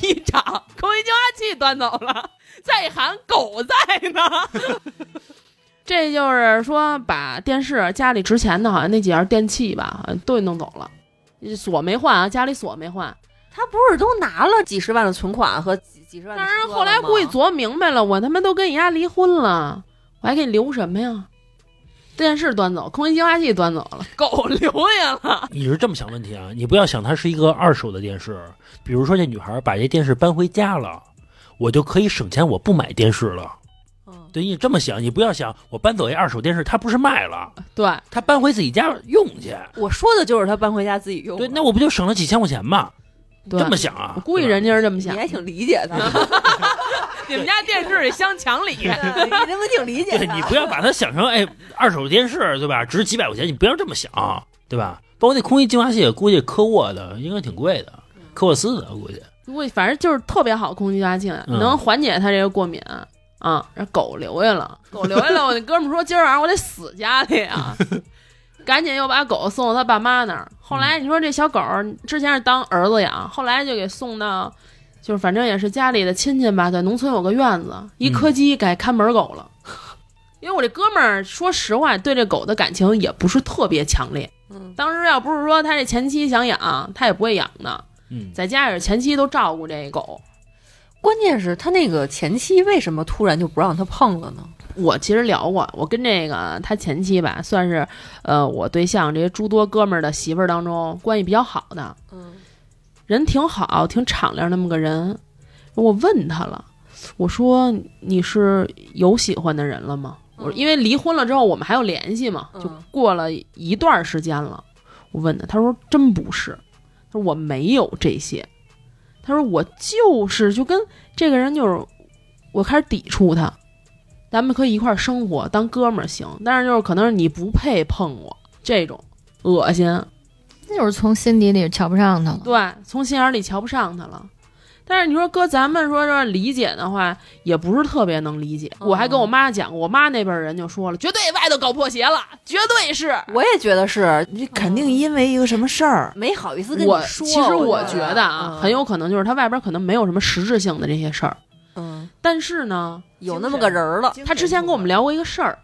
一掌，空气净化器端走了，再一喊狗在呢。 这就是说，把电视家里值钱的，好像那几样电器吧，好像都给弄走了，锁没换啊，家里锁没换。
他不是都拿了几十万的存款和几几十万的
但
车
是
了吗？
后来估计琢磨明白了，我他妈都跟你家离婚了，我还给你留什么呀？电视端走，空气净化器端走了，狗留下了。
你是这么想问题啊？你不要想它是一个二手的电视，比如说这女孩把这电视搬回家了，我就可以省钱，我不买电视了。
嗯，
对你这么想，你不要想我搬走一二手电视，它不是卖了，
对，
它搬回自己家用去，
我说的就是他搬回家自己用的。
对，那我不就省了几千块钱吗？
对
这么想啊？
我估计
对吧
人家是这么
你
想。
还挺理解他，
你们家电视也镶墙里，啊
对你他妈挺理解
对
他。
你不要把它想成哎，二手电视对吧？值几百块钱，你不要这么想，对吧？包括那空气净化器，估计科沃的应该挺贵的，科沃斯的我估计。
估计反正就是特别好空气净化器，
嗯
能缓解他这个过敏啊。然后狗留下了，狗留下了。 我那哥们说今儿晚上我得死家里 啊，赶紧又把狗送到他爸妈那儿。后来你说这小狗之前是当儿子养，后来就给送到，就是反正也是家里的亲戚吧，在农村有个院子，一柯基改看门狗了。 因为我这哥们儿说实话，对这狗的感情也不是特别强烈。
嗯
当时要不是说他这前妻想养，他也不会养的。
嗯，
在家也是前期都照顾这狗。
关键是他那个前妻为什么突然就不让他碰了呢？
我其实聊过，我跟这个他前妻吧，算是呃我对象这些诸多哥们儿的媳妇儿当中关系比较好的，
嗯，
人挺好，挺敞亮那么个人。我问他了，我说你是有喜欢的人了吗？我
嗯
因为离婚了之后我们还有联系嘛，就
嗯
过了一段时间了。我问他，他说真不是，他说我没有这些，他说我就是就跟这个人就是我开始抵触他，咱们可以一块儿生活当哥们儿行，但是就是可能是你不配碰我这种恶心，
那就是从心底里瞧不上他了。嗯
对，从心眼儿里瞧不上他了。但是你说搁咱们说这理解的话，也不是特别能理解。我还跟我妈讲过，我妈那边人就说了，绝对外头搞破鞋了，绝对是。
我也觉得是
你肯定因为一个什么事儿，
嗯没好意思跟你
我
说。
其实
我
我觉得啊，很有可能就是他外边可能没有什么实质性的这些事儿，
嗯
但是呢，
有那么个人儿了。
他之前跟我们聊过一个事儿，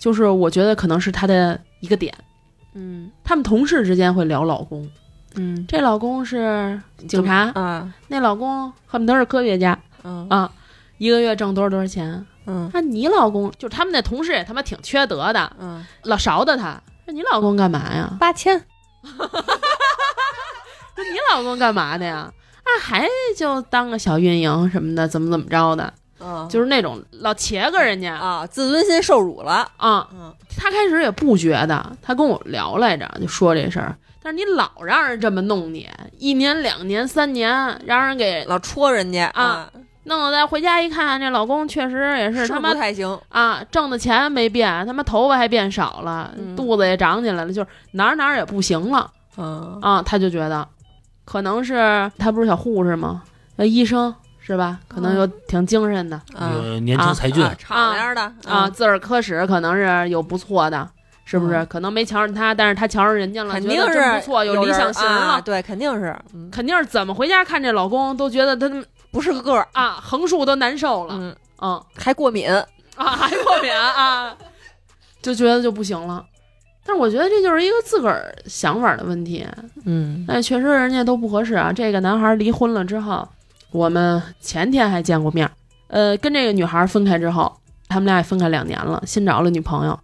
就是我觉得可能是他的一个点。
嗯
他们同事之间会聊老公，
嗯
这老公是警察，
啊
那老公恨不得是科学家
嗯
啊，一个月挣多少多少钱，
嗯
那你老公就是他们那同事也他妈挺缺德的，
嗯，
老勺的他。说你老公干嘛呀？
八千
说你老公干嘛的呀？啊，还就当个小运营什么的，怎么怎么着的，
嗯
就是那种老茄个人家啊
啊，自尊心受辱了。嗯
他开始也不觉得，他跟我聊来着，就说这事儿。但是你老让人这么弄你，一年、两年、三年，让人给
老戳人家
啊，弄得再回家一看，这老公确实也是
是
他
不
妈
太行。
啊，挣的钱没变，他妈头发还变少了，
嗯
肚子也长起来了，就是哪儿哪儿也不行了
嗯
啊。他就觉得，可能是他不是小护士吗？呃，医生是吧？可能
嗯
又挺精神的、
啊，
有年轻才俊，
啊敞亮的
啊，，自个儿科室可能是有不错的。是不是？
嗯
可能没瞧上他，但是他瞧上人家了，
肯
觉
定
得真
是
不错，
有
理
人
想型
儿
了
啊，。对，肯定是，嗯，
肯定是怎么回家看这老公都觉得他
不是个个儿，
啊横竖都难受了，
嗯，
嗯
还过敏，
啊还过敏啊，就觉得就不行了。但是我觉得这就是一个自个儿想法的问题。
嗯
那哎确实人家都不合适啊。这个男孩离婚了之后，我们前天还见过面儿。呃，跟这个女孩分开之后，他们俩也分开两年了，新找了女朋友，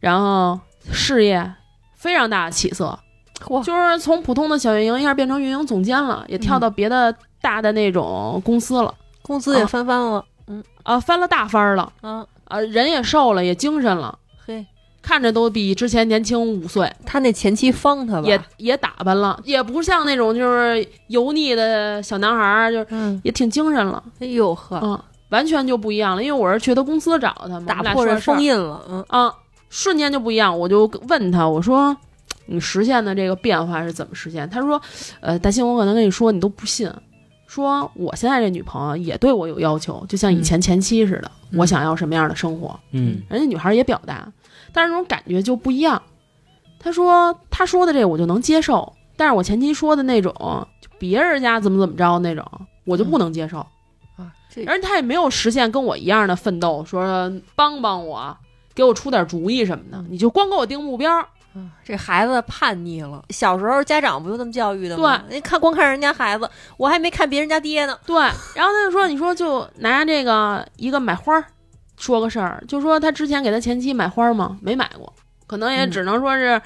然后事业非常大的起色，
嚯
就是从普通的小运营一下变成运营总监了，也跳到别的大的那种公司了，
工资也翻番了
啊、翻了大番儿了，
啊！
啊、人也瘦了，也精神了，
嘿，
看着都比之前年轻五岁。
他那前妻方他吧，
也也打扮了，也不像那种就是油腻的小男孩儿，就是
嗯，
也挺精神了，
哎呦呵，
嗯，完全就不一样了。因为我是去他公司找他嘛，
打破这封
印
印了，嗯
啊，瞬间就不一样。我就问他，我说你实现的这个变化是怎么实现？他说，呃，大兴，我可能跟你说，你都不信。说我现在这女朋友也对我有要求，就像以前前妻似的，
嗯
我想要什么样的生活，
嗯
人家女孩也表达，但是那种感觉就不一样。他说他说的这我就能接受，但是我前期说的那种，就别人家怎么怎么着那种，我
嗯
就不能接受。
啊，这
而且他也没有实现跟我一样的奋斗，说帮帮我，给我出点主意什么的。你就光给我定目标，
啊这孩子叛逆了。小时候家长不就这么教育的吗？对，看光看人家孩子，我还没看别人家爹呢。
对，然后他就说，你说就拿这个一个买花儿说个事儿，就说他之前给他前妻买花儿嘛，没买过，可能也
嗯
只能说是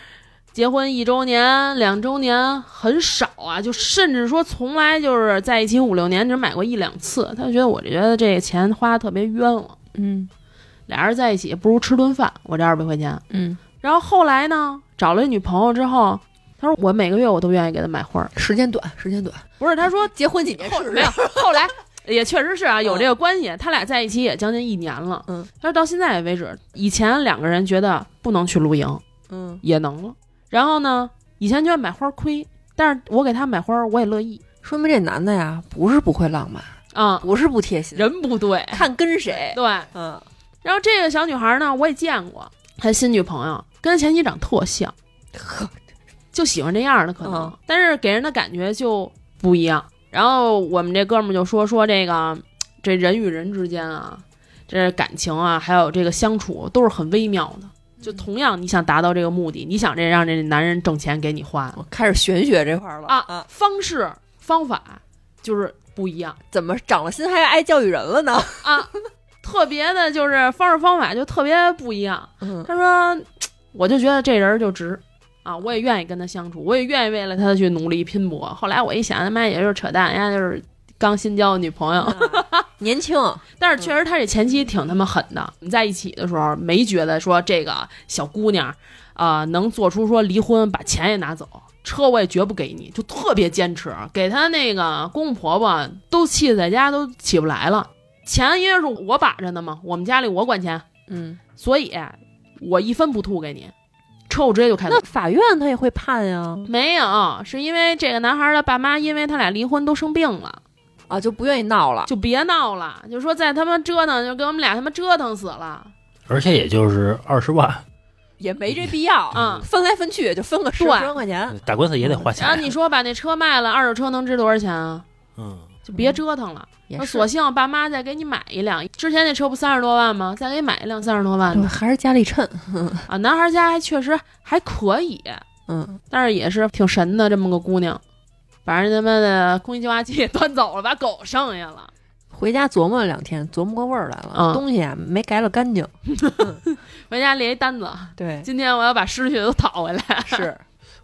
结婚一周年、两周年很少啊，就甚至说从来就是在一起五六年只买过一两次，他就觉得我觉得这个钱花得特别冤枉，
嗯
俩人在一起不如吃顿饭，我这二百块钱。
嗯，
然后后来呢，找了一女朋友之后，他说我每个月我都愿意给她买花儿，
时间短，时间短，
不是他说
结婚几年
后
试
没有
试。，
后来也确实是啊，有这个关系。他俩在一起也将近一年了，
嗯，
但是到现在为止，以前两个人觉得不能去露营，
嗯，
也能了。然后呢，以前觉得买花亏，但是我给他买花，我也乐意
说明这男的呀，不是不会浪漫，
啊、
不是不贴心，
人不对，
看跟谁。
对。
嗯，
然后这个小女孩呢，我也见过，她新女朋友跟前妻长特像，
呵，
就喜欢这样的可能，
嗯
但是给人的感觉就不一样。然后我们这哥们儿就说说这个，这人与人之间啊，这感情啊，还有这个相处都是很微妙
嗯
的。就同样，你想达到这个目的，你想这让这男人挣钱给你花
我开始玄学这块儿了
啊
啊，
方式方法就是不一样
怎么长了心还爱教育人了 呢？
啊，特别的就是方式方法就特别不一样。
嗯
他说，我就觉得这人儿就值啊，我也愿意跟他相处，我也愿意为了他去努力拼搏。后来我一想，他妈也就是扯淡，人家就是刚新交的女朋友。
啊年轻，
但是确实，他这前妻挺他妈狠的。我们在一起的时候，没觉得说这个小姑娘啊、能做出说离婚，把钱也拿走。车我也绝不给你，就特别坚持，给他那个公公婆婆都气得在家都起不来了。钱因为是我把着呢嘛，我们家里我管钱，
嗯，
所以啊我一分不吐给你，车我直接就开走
那。法院他也会判呀，
没有，是因为这个男孩的爸妈，因为他俩离婚都生病了，
啊，就不愿意闹了。
就别闹了，就说再他妈折腾，就给我们俩他妈折腾死了。
而且也就是二十万，
也没这必要
嗯
分来分去也就分个十
对
万块钱。
打官司也得花钱
然。后你说把那车卖了，二手车能值多少钱啊？
嗯，
就别折腾了，
也
那索性爸妈再给你买一辆。之前那车不三十多万吗？再给你买一辆三十多万
对，
的
还是家里趁，
啊！男孩家还确实还可以，
嗯，
但是也是挺神的这么个姑娘，把人他妈的空气净化器也端走了，把狗剩下了。
回家琢磨了两天，琢磨过味儿来了，
嗯
东西啊没改了干净。
回家列一单子，
对，
今天我要把失去的都讨回来。
是，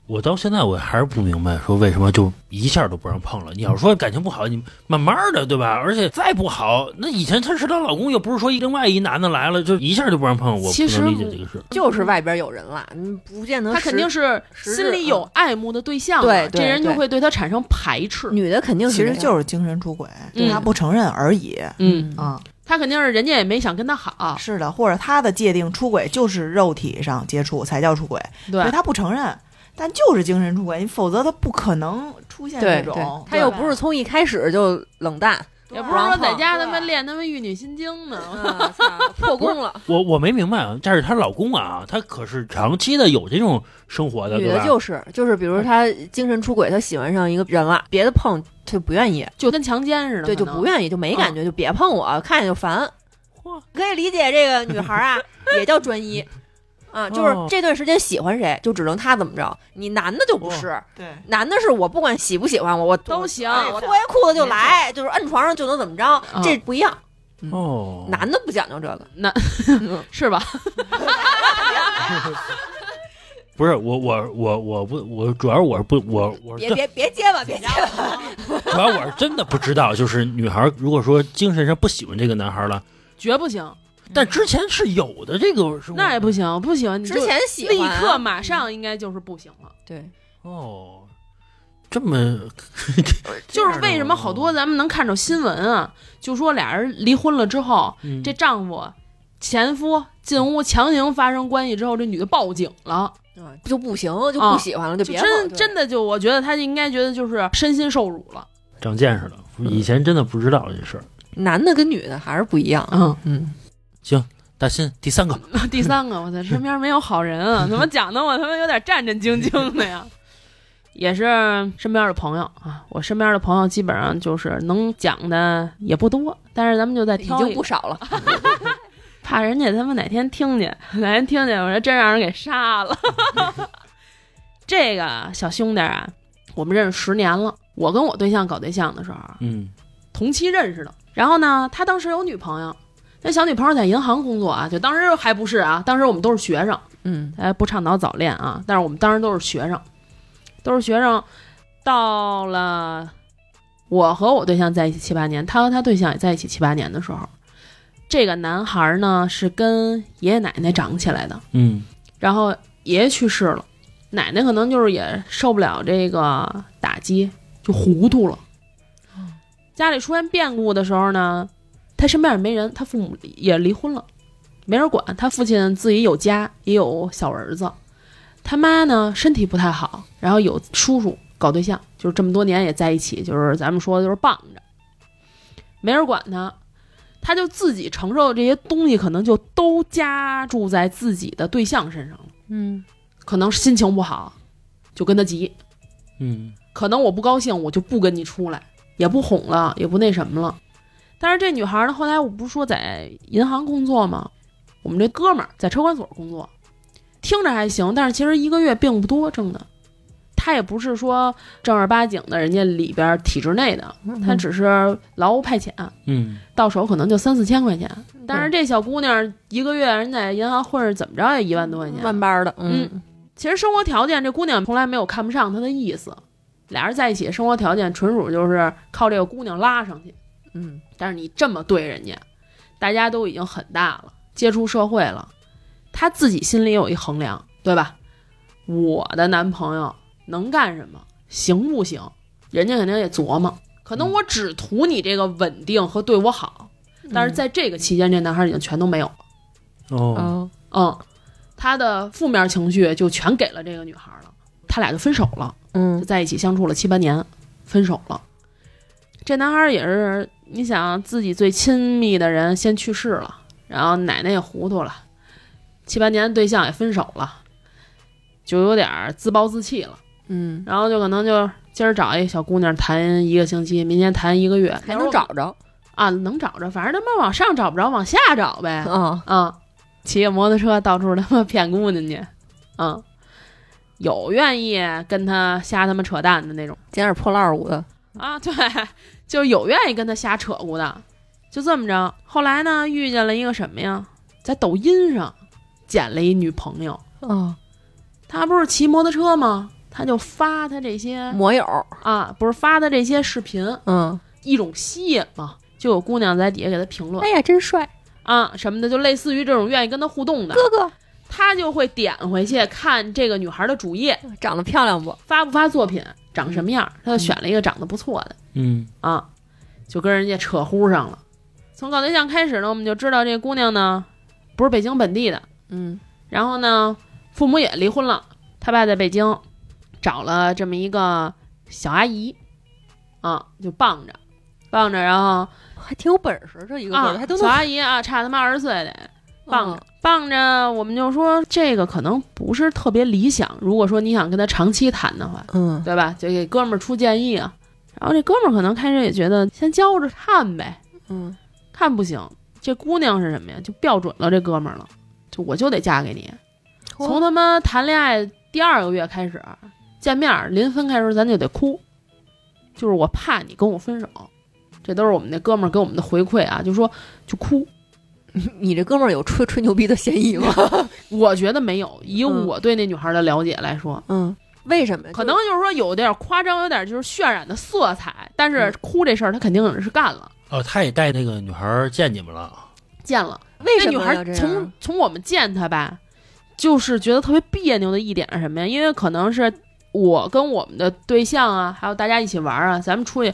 我到现在我还是不明白，说为什么就一下都不让碰了。你要说感情不好，你慢慢的，对吧？而且再不好，那以前她是她老公，又不是说另外一男的来了就一下就不让碰，我
其
不
实
能理解
我
这个事。
就是外边有人了，你不见得
他肯定
是
是
实嗯
心里有爱慕的对象了，
对对
这人就
对嗯
会对他产生排斥。
女的，肯定
其实
是
就是精神出轨，
嗯
他不承认而已。
嗯，
嗯
啊，
他肯定是人家也没想跟他好，
是的，或者他的界定出轨就是肉体上接触才叫出轨，所
对
以，他不承认，但就是精神出轨，你否则他不可能出现
对
这
对
种，。
他又不是从一开始就冷淡，
对
也不是说在家
对
他妈练他妈玉女心经呢。
啊操破功了。
我我没明白啊，但是她老公啊，他可是长期的有这种生活的，
女
对
的
吧？
就是就是，比如说她精神出轨，她喜欢上一个人了，别的碰她就不愿意，
就跟强奸似的，
对，就
可能嗯
不愿意，就没感觉，就别碰我，看见就烦。可以理解这个女孩啊，也叫专一，啊，就是
哦
这段时间喜欢谁，就只能他怎么着。你男的就不是，
对，
男的是我不管喜不喜欢我，我
都行哎
啊我脱下裤子就来，就是摁床上就能怎么着，
嗯
这不一样。
哦，
男的不讲究这个，
男
嗯
是吧？
不是我我我我不我主要我是不我我是
别别别结巴，别结巴。
主要我是真的不知道，就是女孩如果说精神上不喜欢这个男孩了，
绝不行，
但之前是有的，这个是我
那也不行，不行，你就
嗯之前喜欢
立刻马上应该就是不行了。
对，
哦， 这么
就是为什么好多咱们能看着新闻啊，就说俩人离婚了之后，
嗯
这丈夫、前夫进屋强行发生关系之后，这女的报警了，
啊，就不行，就
啊
不喜欢了，就
就
别
真
了
真的就我觉得她应该觉得就是身心受辱了。
长见识了，以前真的不知道这事儿。
对男的跟女的还是不一样。
嗯，
嗯，
大新第三个，
第三个，我在身边没有好人啊，怎么讲的我他妈有点战战兢兢的呀。也是身边的朋友啊，我身边的朋友基本上就是能讲的也不多，但是咱们就再
已
挑一个
经
啊
不少了。
怕人家他们哪天听见，哪天听见，我说真让人给杀了。 这个小兄弟啊，我们认识十年了。我跟我对象搞对象的时候，啊
嗯
同期认识的。然后呢，他当时有女朋友，那小女朋友在银行工作啊，就当时还不是啊，当时我们都是学生，
嗯，
哎，不倡导早恋啊，但是我们当时都是学生，都是学生。到了我和我对象在一起七八年，他和他对象也在一起七八年的时候，这个男孩呢是跟爷爷奶奶长起来的，
嗯
然后爷爷去世了，奶奶可能就是也受不了这个打击，就糊涂了。家里出现变故的时候呢，他身边也没人，他父母也离婚了，没人管。他父亲自己有家，也有小儿子。他妈呢，身体不太好，然后有叔叔搞对象，就是这么多年也在一起，就是咱们说的就是傍着，没人管他，他就自己承受的这些东西，可能就都加注在自己的对象身上了。
嗯，
可能心情不好，就跟他急；
嗯
可能我不高兴，我就不跟你出来，也不哄了，也不那什么了。但是这女孩呢，后来我不是说在银行工作吗？我们这哥们儿在车管所工作，听着还行，但是其实一个月并不多挣的。他也不是说正儿八经的，人家里边体制内的，他只是劳务派遣，啊
嗯
到手可能就三四千块钱。但是这小姑娘一个月人在银行混着，怎么着也一万多块钱，
慢班的，
嗯，其实生活条件，这姑娘从来没有看不上他的意思。俩人在一起，生活条件纯属就是靠这个姑娘拉上去。
嗯，
但是你这么对人家，大家都已经很大了，接触社会了，他自己心里有一衡量，对吧？我的男朋友能干什么，行不行？人家肯定也琢磨。可能我只图你这个稳定和对我好，但是在这个期间，这男孩已经全都没有了。
哦
哦，
嗯，他的负面情绪就全给了这个女孩了，他俩就分手了，就
嗯
在一起相处了七八年，分手了。这男孩也是，你想自己最亲密的人先去世了，然后奶奶也糊涂了，七八年对象也分手了，就有点儿自暴自弃了，
嗯，
然后就可能就今儿找一小姑娘谈一个星期，明天谈一个月，
还能找着
啊？能找着，反正他妈往上找不着，往下找呗。
啊？
嗯，骑着摩托车到处他妈骗姑娘去，嗯，有愿意跟他瞎他妈扯淡的那种
捡点破烂舞的，
啊，对，就是有愿意跟他瞎扯咕的，就这么着。后来呢，遇见了一个什么呀，在抖音上捡了一女朋友，
啊，
他不是骑摩托车吗？他就发他这些
摩友，
啊，不是发他这些视频，
嗯，
一种吸引嘛，就有姑娘在底下给他评论
哎呀，真帅，
啊什么的，就类似于这种愿意跟他互动的。
哥哥
他就会点回去看这个女孩的主页
哎长得漂亮不？
发不发作品，长什么样，
嗯
他就选了一个长得不错的
嗯
啊，就跟人家扯呼上了。从搞对象开始呢，我们就知道这姑娘呢不是北京本地的，
嗯
然后呢父母也离婚了，他爸在北京找了这么一个小阿姨啊，就傍着傍着，然后
还挺有本事，这一个个
啊
的还都
小
能
阿姨啊差他妈二十岁得，
棒
傍着傍着，我们就说这个可能不是特别理想。如果说你想跟他长期谈的话，
嗯
对吧？就给哥们儿出建议啊。然后这哥们儿可能开始也觉得先交着看呗，
嗯
看不行。这姑娘是什么呀？就标准了这哥们儿了，就我就得嫁给你。
嚯，
从他妈谈恋爱第二个月开始见面儿，临分开的时候咱就得哭，就是我怕你跟我分手，这都是我们那哥们儿给我们的回馈啊，就说就哭。
嗯你这哥们儿有吹吹牛逼的嫌 疑吗？
我觉得没有，以
嗯
我对那女孩的了解来说，
嗯，为什么？
可能就是说有点儿夸张，有点儿就是渲染的色彩，但是
嗯
哭这事儿他肯定是干了，
哦，他也带那个女孩儿见你们了，
见了。
为
那
什
女
么
孩
要这
儿
样
从从我们见她吧，就是觉得特别别扭的一点是什么呀？因为可能是我跟我们的对象啊，还有大家一起玩儿啊，咱们出去，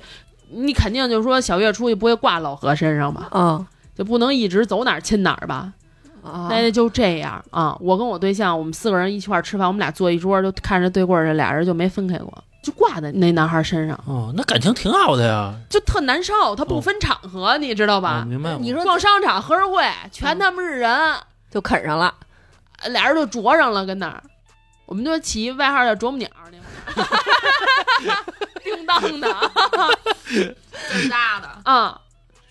你肯定就是说小月出去不会挂老何身上吧？
啊
就不能一直走哪儿亲哪儿吧？
啊
那就这样啊！我跟我对象，我们四个人一块儿吃饭，我们俩坐一桌，就看着对过儿这俩人就没分开过，就挂在那男孩身上，
哦，那感情挺好的呀，
就特难受。他不
哦
分场合，你知道
哦
吧？
明白了。
你说
逛商场、合着会，全他妈是人。
就啃上了，
俩人就啄上了，跟那儿，我们就起一外号叫啄木鸟儿那会儿， 叮当的，
挺大的。
啊，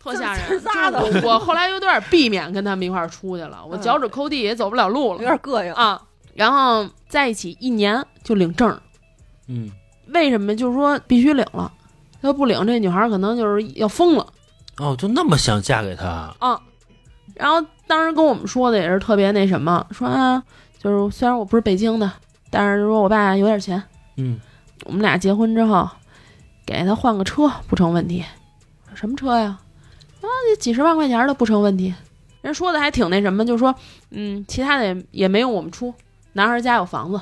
特吓人。
呲儿呲儿的
就是我我后来有点避免跟他们一块儿出去了，我
嗯
脚趾抠地也走不了路
有
了
点膈应。
啊。然后在一起一年就领证儿，
嗯，
为什么？就是说必须领了，要不领这女孩儿可能就是要疯了。
哦，就那么想嫁给他，
然后当时跟我们说的也是特别那什么，说啊，就是虽然我不是北京的，但是说我爸有点钱，
嗯，
我们俩结婚之后，给他换个车不成问题。什么车呀？啊，这几十万块钱的不成问题。人说的还挺那什么，就说嗯，其他的也也没用我们出，男孩家有房子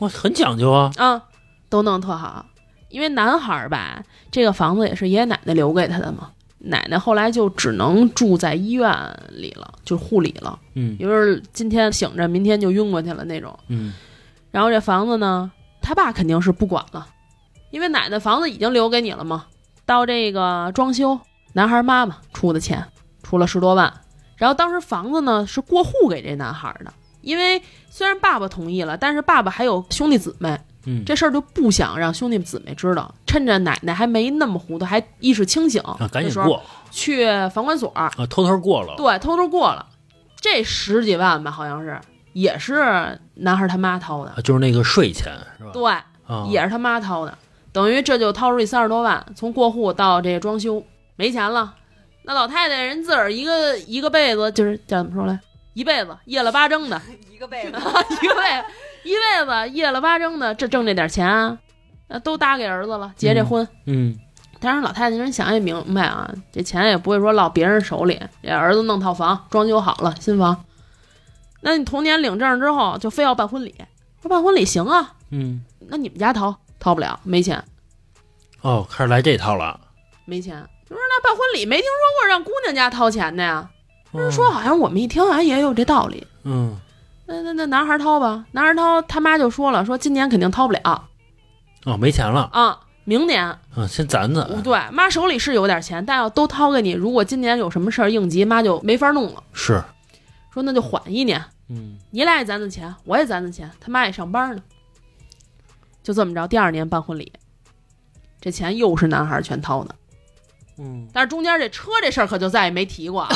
哇，很讲究啊，
啊，都弄特好。因为男孩吧，这个房子也是爷爷奶奶留给他的嘛。奶奶后来就只能住在医院里了，就是护理了，
嗯
因为今天醒着，明天就晕过去了那种。
嗯，
然后这房子呢，他爸肯定是不管了，因为奶奶房子已经留给你了嘛。到这个装修，男孩妈妈出的钱，出了十多万。然后当时房子呢是过户给这男孩的，因为虽然爸爸同意了，但是爸爸还有兄弟姊妹，
嗯，
这事儿就不想让兄弟姊妹知道，趁着奶奶还没那么糊涂，还意识清醒，
啊，
那
赶紧
时候
过
去房管所，
啊，偷偷过了，
对，偷偷过了。这十几万吧，好像是也是男孩他妈掏的
啊，，就是那个税钱是吧？
对。
啊，
也是他妈掏的，等于这就掏出去三十多万，从过户到这装修，没钱了。那老太太人自个儿一个一个辈子，就是叫怎么说来，一辈子夜了八挣的，
一个被子，
一辈一辈子夜了八挣的，这挣这点钱、啊，呃都搭给儿子了，结这婚。
嗯，
当然，老太太人想也明白啊，这钱也不会说落别人手里，给儿子弄套房，装修好了新房。那你同年领证之后，就非要办婚礼，说办婚礼行啊，
嗯，
那你们家掏掏不了，没钱。
哦，开始来这套了。
没钱。就说那办婚礼没听说过让姑娘家掏钱的呀？
嗯
说好像我们一听好像也有这道理。
嗯，
那那那男孩掏吧，男孩掏，他妈就说了，说今年肯定掏不了
哦，没钱了，
啊，明年
啊，先攒攒，
不对，妈手里是有点钱，但要都掏给你，如果今年有什么事儿应急，妈就没法弄了。
是，
说那就缓一年，
嗯，
你俩也攒攒钱，我也攒攒钱，他妈也上班呢。就这么着，第二年办婚礼，这钱又是男孩全掏的，
嗯，
但是中间这车这事儿可就再也没提过 啊。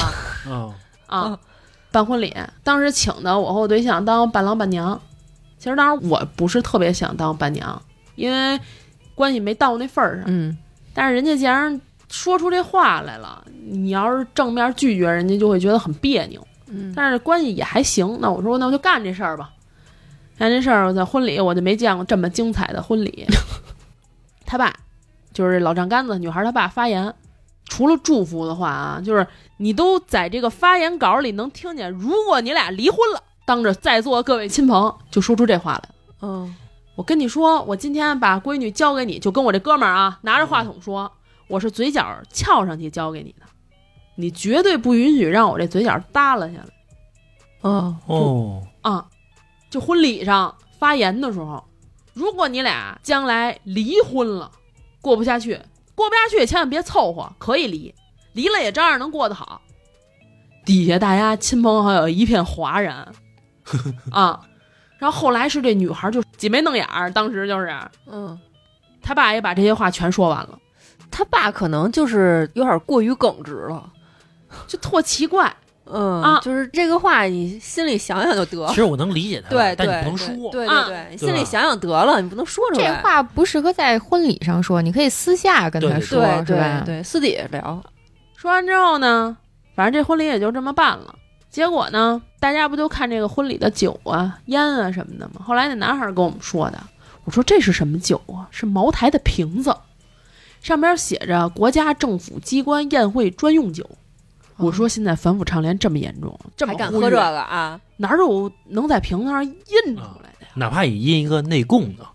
哦，
啊
嗯，
办婚礼，当时请的我和我对象当伴郎伴娘。其实当时我不是特别想当伴娘，因为关系没到那份儿上。
嗯，
但是人家既然说出这话来了，你要是正面拒绝，人家就会觉得很别扭。
嗯
但是关系也还行，那我说那我就干这事儿吧。干这事儿，我在婚礼我就没见过这么精彩的婚礼。他爸就是老丈杆子女孩他爸发言，除了祝福的话啊，就是你都在这个发言稿里能听见，如果你俩离婚了，当着在座各位亲朋就说出这话来。
嗯，
我跟你说，我今天把闺女交给你，就跟我这哥们儿啊，拿着话筒说，我是嘴角翘上去交给你的，你绝对不允许让我这嘴角耷拉下来。
哦，
哦，
啊，就婚礼上发言的时候，如果你俩将来离婚了，过不下去，过不下去也千万别凑合，可以离，离了也照样能过得好。底下大家亲朋好友一片哗然，啊，然后后来是这女孩就挤眉弄眼儿，当时就是
嗯，
他爸也把这些话全说完了，
他爸可能就是有点过于耿直了，
就特奇怪。
嗯，
啊
就是这个话你心里想想就得
其，实我能理解他，
对
但
对
你
对
不能说。
对对
啊
对，你心里想想得了，你不能说出
这
来。
话不适合在婚礼上说，你可以私下跟他
对
说，
对
是吧
对？对，私底下聊，
说完之后呢，反正这婚礼也就这么办了。结果呢，大家不就看这个婚礼的酒啊、烟啊什么的吗？后来那男孩儿跟我们说的，我说这是什么酒啊？是茅台的瓶子，上边写着国家政府机关宴会专用酒。我说现在反腐倡廉这么严重，这么
还敢
忽
喝
略
这个啊？
哪有能在瓶子上印出来的呀？
哪怕你印一个内供的，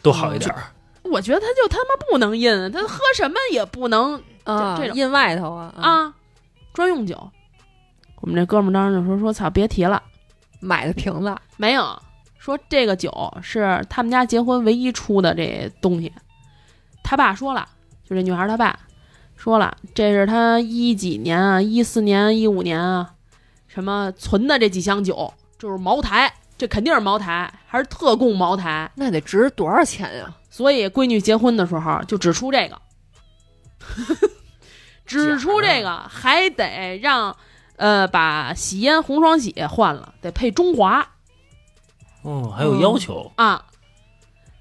都好
嗯
一点儿。
我觉得他就他妈不能印，他喝什么也不能
啊，
这种
印外头啊，
啊，专用酒。我们这哥们儿当时就说说操，别提了。
买的瓶子，
没有，说这个酒是他们家结婚唯一出的这东西。他爸说了，就这女孩儿他爸说了，这是他一几年啊，一四年、一五年啊，什么存的这几箱酒，就是茅台，这肯定是茅台，还是特供茅台。
那得值多少钱呀？
所以闺女结婚的时候就只出这个，只出这个，还得让呃把喜烟红双喜换了，得配中华。
嗯，还有要求，
啊。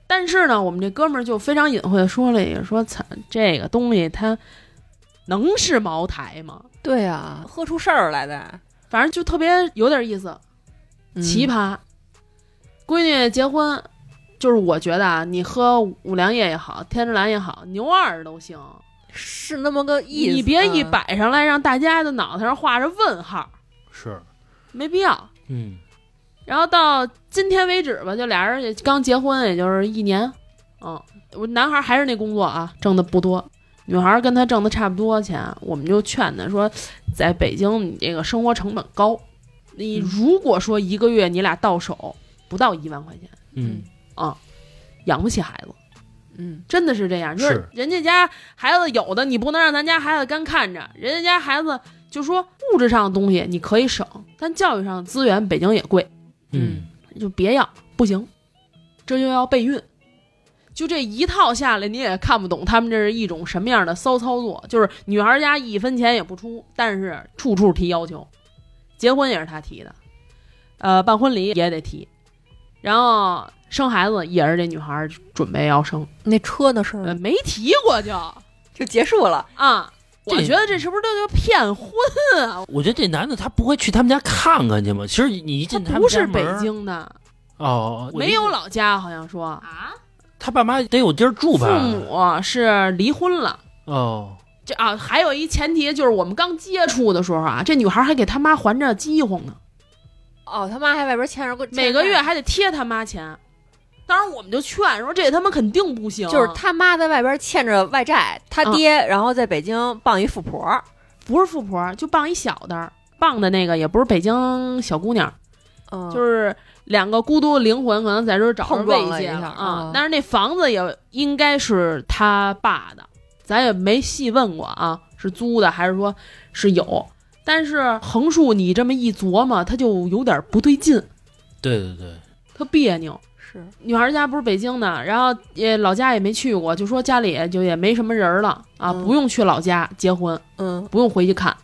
但是呢，我们这哥们儿就非常隐晦的说了一个，说操，这个东西它能是茅台吗？
对呀，
嗯
喝出事儿来的，
反正就特别有点意思，奇
葩。
葩。闺女结婚，就是我觉得啊，你喝五粮液也好，天之蓝也好，牛二都行，
是那么个意思。
你别一
嗯
摆上来，让大家的脑袋上画着问号，
是，
没必要。
嗯，
然后到今天为止吧，就俩人也刚结婚，也就是一年。嗯，我男孩还是那工作啊，挣的不多，女孩跟他挣的差不多钱。我们就劝他说，在北京你这个生活成本高，你如果说一个月你俩到手不到一万块钱，
嗯，
养不起孩子，
嗯，
真的是这样。就是人家家孩子有的，你不能让咱家孩子干看着，人家家孩子就说物质上的东西你可以省，但教育上的资源北京也贵。
嗯，
就别要，不行，这就要备孕。就这一套下来，你也看不懂他们这是一种什么样的骚操作。就是女孩家一分钱也不出，但是处处提要求，结婚也是他提的，呃，办婚礼也得提，然后生孩子也是这女孩准备要生，
那车的事
呃，
儿
没提过就
就结束了。
啊。
这
我觉得这是不是这就骗婚啊？
我觉得这男的他不会去他们家看看去吗？其实你一
他
进他
不
们
是
家门
北
儿
京的，
哦，我
没有老家，好像说
啊，
他爸妈得有地儿住
父
吧？
母是离婚了。
哦，
这啊，还有一前提就是我们刚接触的时候啊，这女孩还给她妈还着饥荒呢，
哦，他妈还外边欠着个
每个月还得贴她妈钱。当时我们就劝说，这他妈肯定不行，嗯
就是他妈在外边欠着外债，他爹、然后在北京傍一富婆，
不是富婆，就傍一小的儿，傍的那个也不是北京小姑娘，
嗯，
就是是两个孤独灵魂可能在这儿找着
碰撞
慰
了
藉
一下
啊
嗯。
但是那房子也应该是他爸的，咱也没细问过啊，是租的还是说是有？但是横竖你这么一琢磨，他就有点不对劲。
对对对，
特别扭。
是
女孩家不是北京的，然后也老家也没去过，就说家里就也没什么人儿了啊，
嗯
不用去老家结婚，
嗯，
不用回去看，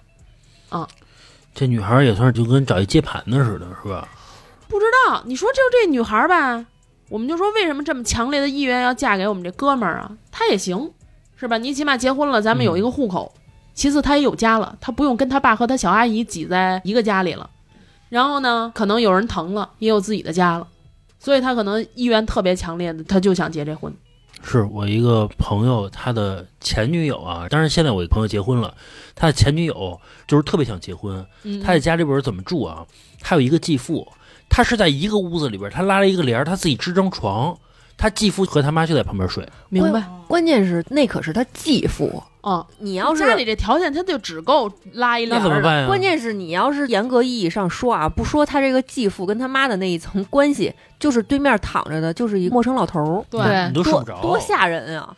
这女孩儿也算是就跟找一接盘的似的，是吧？
不知道。你说就这女孩儿吧，我们就说为什么这么强烈的意愿要嫁给我们这哥们儿啊？她也行，是吧？你起码结婚了，咱们有一个户口。其次，她也有家了，她不用跟她爸和她小阿姨挤在一个家里了。然后呢，可能有人疼了，也有自己的家了，所以她可能意愿特别强烈的，她就想结这婚。
是我一个朋友，他的前女友啊，当然现在我一朋友结婚了，他的前女友就是特别想结婚，
嗯，
他在家里边儿怎么住啊？他有一个继父，他是在一个屋子里边儿，他拉了一个帘儿，他自己支张床，他继父和他妈就在旁边睡。
明白。
关键是那可是他继父，
哦，
你
然后
要是
家里这条件，他就只够拉一
那
帘
怎么
儿了。
办呀？
关键是你要是严格意义上说啊，不说他这个继父跟他妈的那一层关系，就是对面躺着的就是一陌生老头儿，
对，
你都
对，
睡
多
不着，
多吓人啊！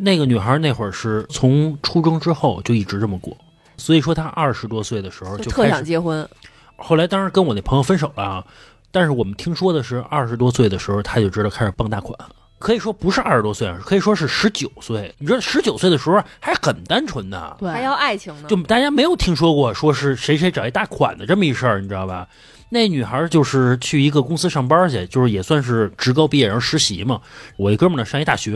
那个女孩那会儿是从初中之后就一直这么过，所以说她二十多岁的时候就
特
开
想
始。
结婚，
后来当然跟我那朋友分手了啊，但是我们听说的是二十多岁的时候她就知道开始傍大款，可以说不是二十多岁，啊可以说是十九岁。你说十九岁的时候还很单纯呢，
对
还要爱情呢
哎就。大家没有听说过说是谁谁找一大款的这么一事儿，你知道吧？那女孩就是去一个公司上班去，就是也算是职高毕业，然后实习嘛。我一哥们儿呢上一大学，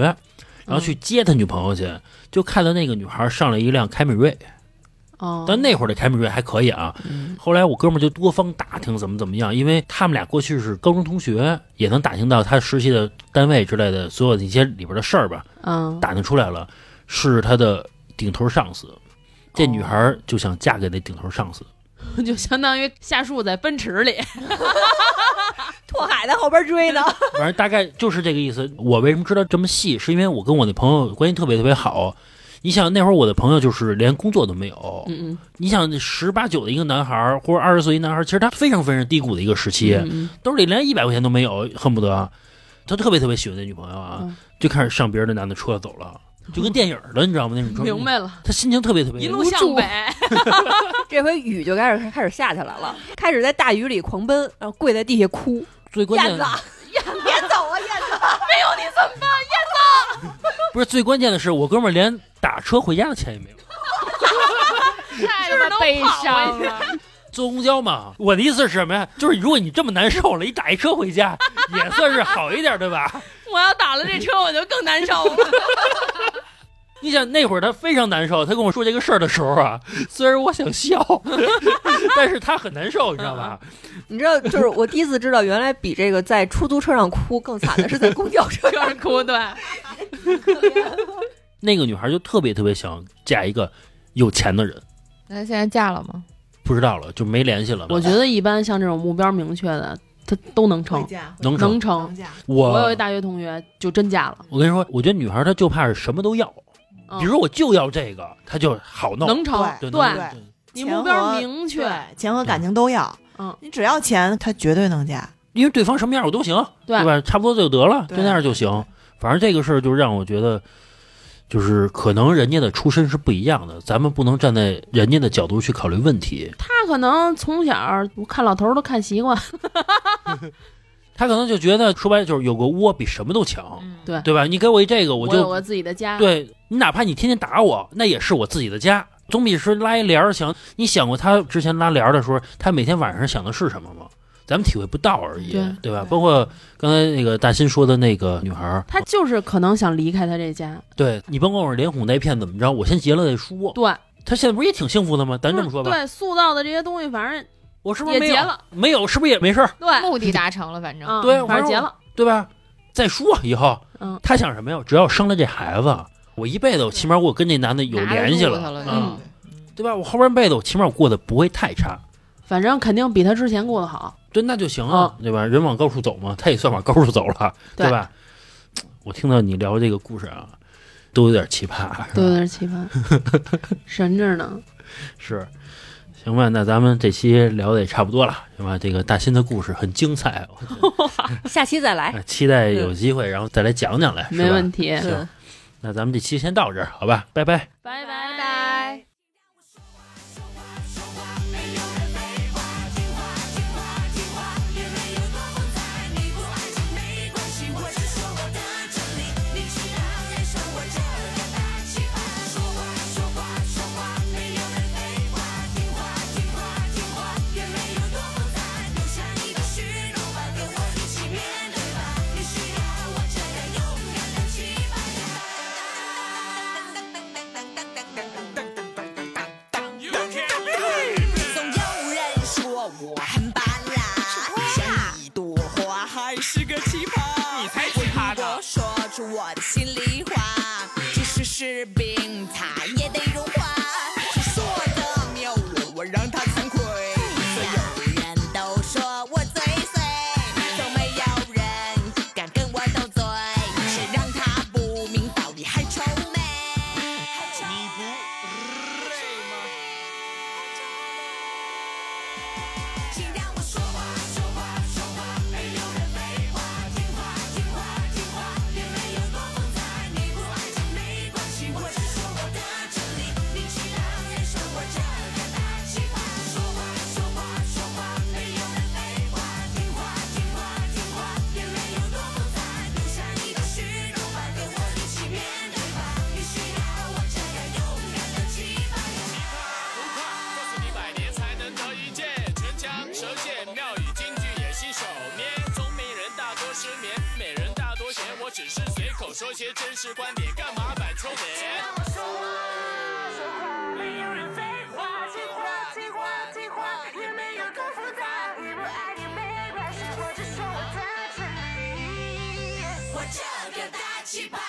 然后去接他女朋友去，就看到那个女孩上了一辆凯美瑞，
哦，
但那会儿的凯美瑞还可以啊。
嗯
后来我哥们儿就多方打听怎么怎么样，因为他们俩过去是高中同学，也能打听到他实习的单位之类的所有的一些里边的事儿吧，
嗯，
打听出来了是他的顶头上司。这女孩儿就想嫁给那顶头上
哦
司，
就相当于夏树在奔驰 里，
拓海在后边追呢，
反正大概就是这个意思。我为什么知道这么细，是因为我跟我那朋友关系特别特别好。你想那会儿我的朋友就是连工作都没有，
嗯
你想十八九的一个男孩儿或者二十岁一男孩儿，其实他非常非常低谷的一个时期，
嗯，
兜里连一百块钱都没有，恨不得他特别特别喜欢那女朋友啊，
嗯
就开始上别人的男的车走了，就跟电影儿的，你知道吗？那种状态
明。白了，
他心情特别特别
一
累，
路向北，
这回雨就开始开始下起来了，开始在大雨里狂奔，然后跪在地下哭。
最关
燕
键
子
的
啊，别走啊，燕子！
不是最关键的是，我哥们儿连打车回家的钱也没
哎
有，
太他妈悲伤了，
坐公交嘛。我的意思是什么呀？就是如果你这么难受了，你打一车回家也算是好一点，对吧？
我要打了这车，我就更难受了。
你想那会儿他非常难受，他跟我说这个事儿的时候啊，虽然我想笑， 但是他很难受，你知道吧？
你知道，就是我第一次知道，原来比这个在出租车上哭更惨的是在公交车上
就是哭，对，
那个女孩就特别特别想嫁一个有钱的人。
那现在嫁了吗？
不知道了，就没联系了。
我觉得一般像这种目标明确的，他都能
回
成，
家
能成
能成
能。嫁，
我
我有一大学同学就真嫁了，
我跟你说，我觉得女孩她就怕是什么都要，
嗯
比如我就要这个，她就好弄。
能成，
哦对
对
能
对
你
钱
目标
和
明确，
对钱和感情都要。
嗯，
你只要钱，他绝对能嫁。
因为对方什么样我都行，
对
对吧？差不多就得了，就
对
那样就行。反正这个事儿就让我觉得，就是可能人家的出身是不一样的，咱们不能站在人家的角度去考虑问题。
他可能从小我看老头儿都看习惯，
他可能就觉得，说白了就是有个窝比什么都强，
嗯，
对
对吧？你给我一这个，我就
有我自己的家，
对你，哪怕你天天打我，那也是我自己的家，总比说拉一帘儿想。你想过他之前拉帘儿的时候，他每天晚上想的是什么吗？咱们体会不到而已，
对
对吧？包括刚才那个大新说的那个女孩儿，
他就是可能想离开他这家，
对你甭管我脸孔带骗怎么着，我先结了再说。
对，
她现在不是也挺幸福的吗？咱这么说吧，
嗯对，塑造的这些东西，反正
我是不是
也
没
结
有？
了，
没有是不是也没事儿，
对，
目的达成了，反正
嗯
对
反正
我
结了，
对吧？再说以后，
嗯，
她想什么呀？只要生了这孩子，我一辈子我起码我跟这男的有
拿得
联系
住
了，
他了
啊、
嗯
对吧？我后半辈子我起码我过得不会太差。
反正肯定比他之前过得好，
对，那就行啊，对吧？人往高处走嘛，他也算往高处走了，
嗯对
对吧？我听到你聊这个故事啊，都有点奇葩，啊是吧
都有点期盼， 神着呢，
是。行吧，那咱们这期聊的也差不多了，行吧？这个大新的故事很精彩，我觉得
下期再来。
哎期待有机会然后再来讲讲来，
嗯没问
题。
题，
哎行
嗯
那咱们这期先到这儿，好吧？拜拜。
拜
拜拜。
总有人说我很巴拉，像一朵花，还是个奇葩。你才奇葩呢！我说出我的心里话，即使是病，它也得融化。谁说的谬误，我让它惭愧。所有人都说我最碎，都没有人敢跟我斗嘴。谁让他不明道理还臭美？你不累吗？请让我说话，说话，说话，没有人废话，听话，听话，听话，也没有多风采，你
我只是随口说些真实观点，干嘛摆臭脸？
没有人废话，计划计划计划，也没有多复杂。你不爱你没关系，我只说我的真理。
我这个大奇葩。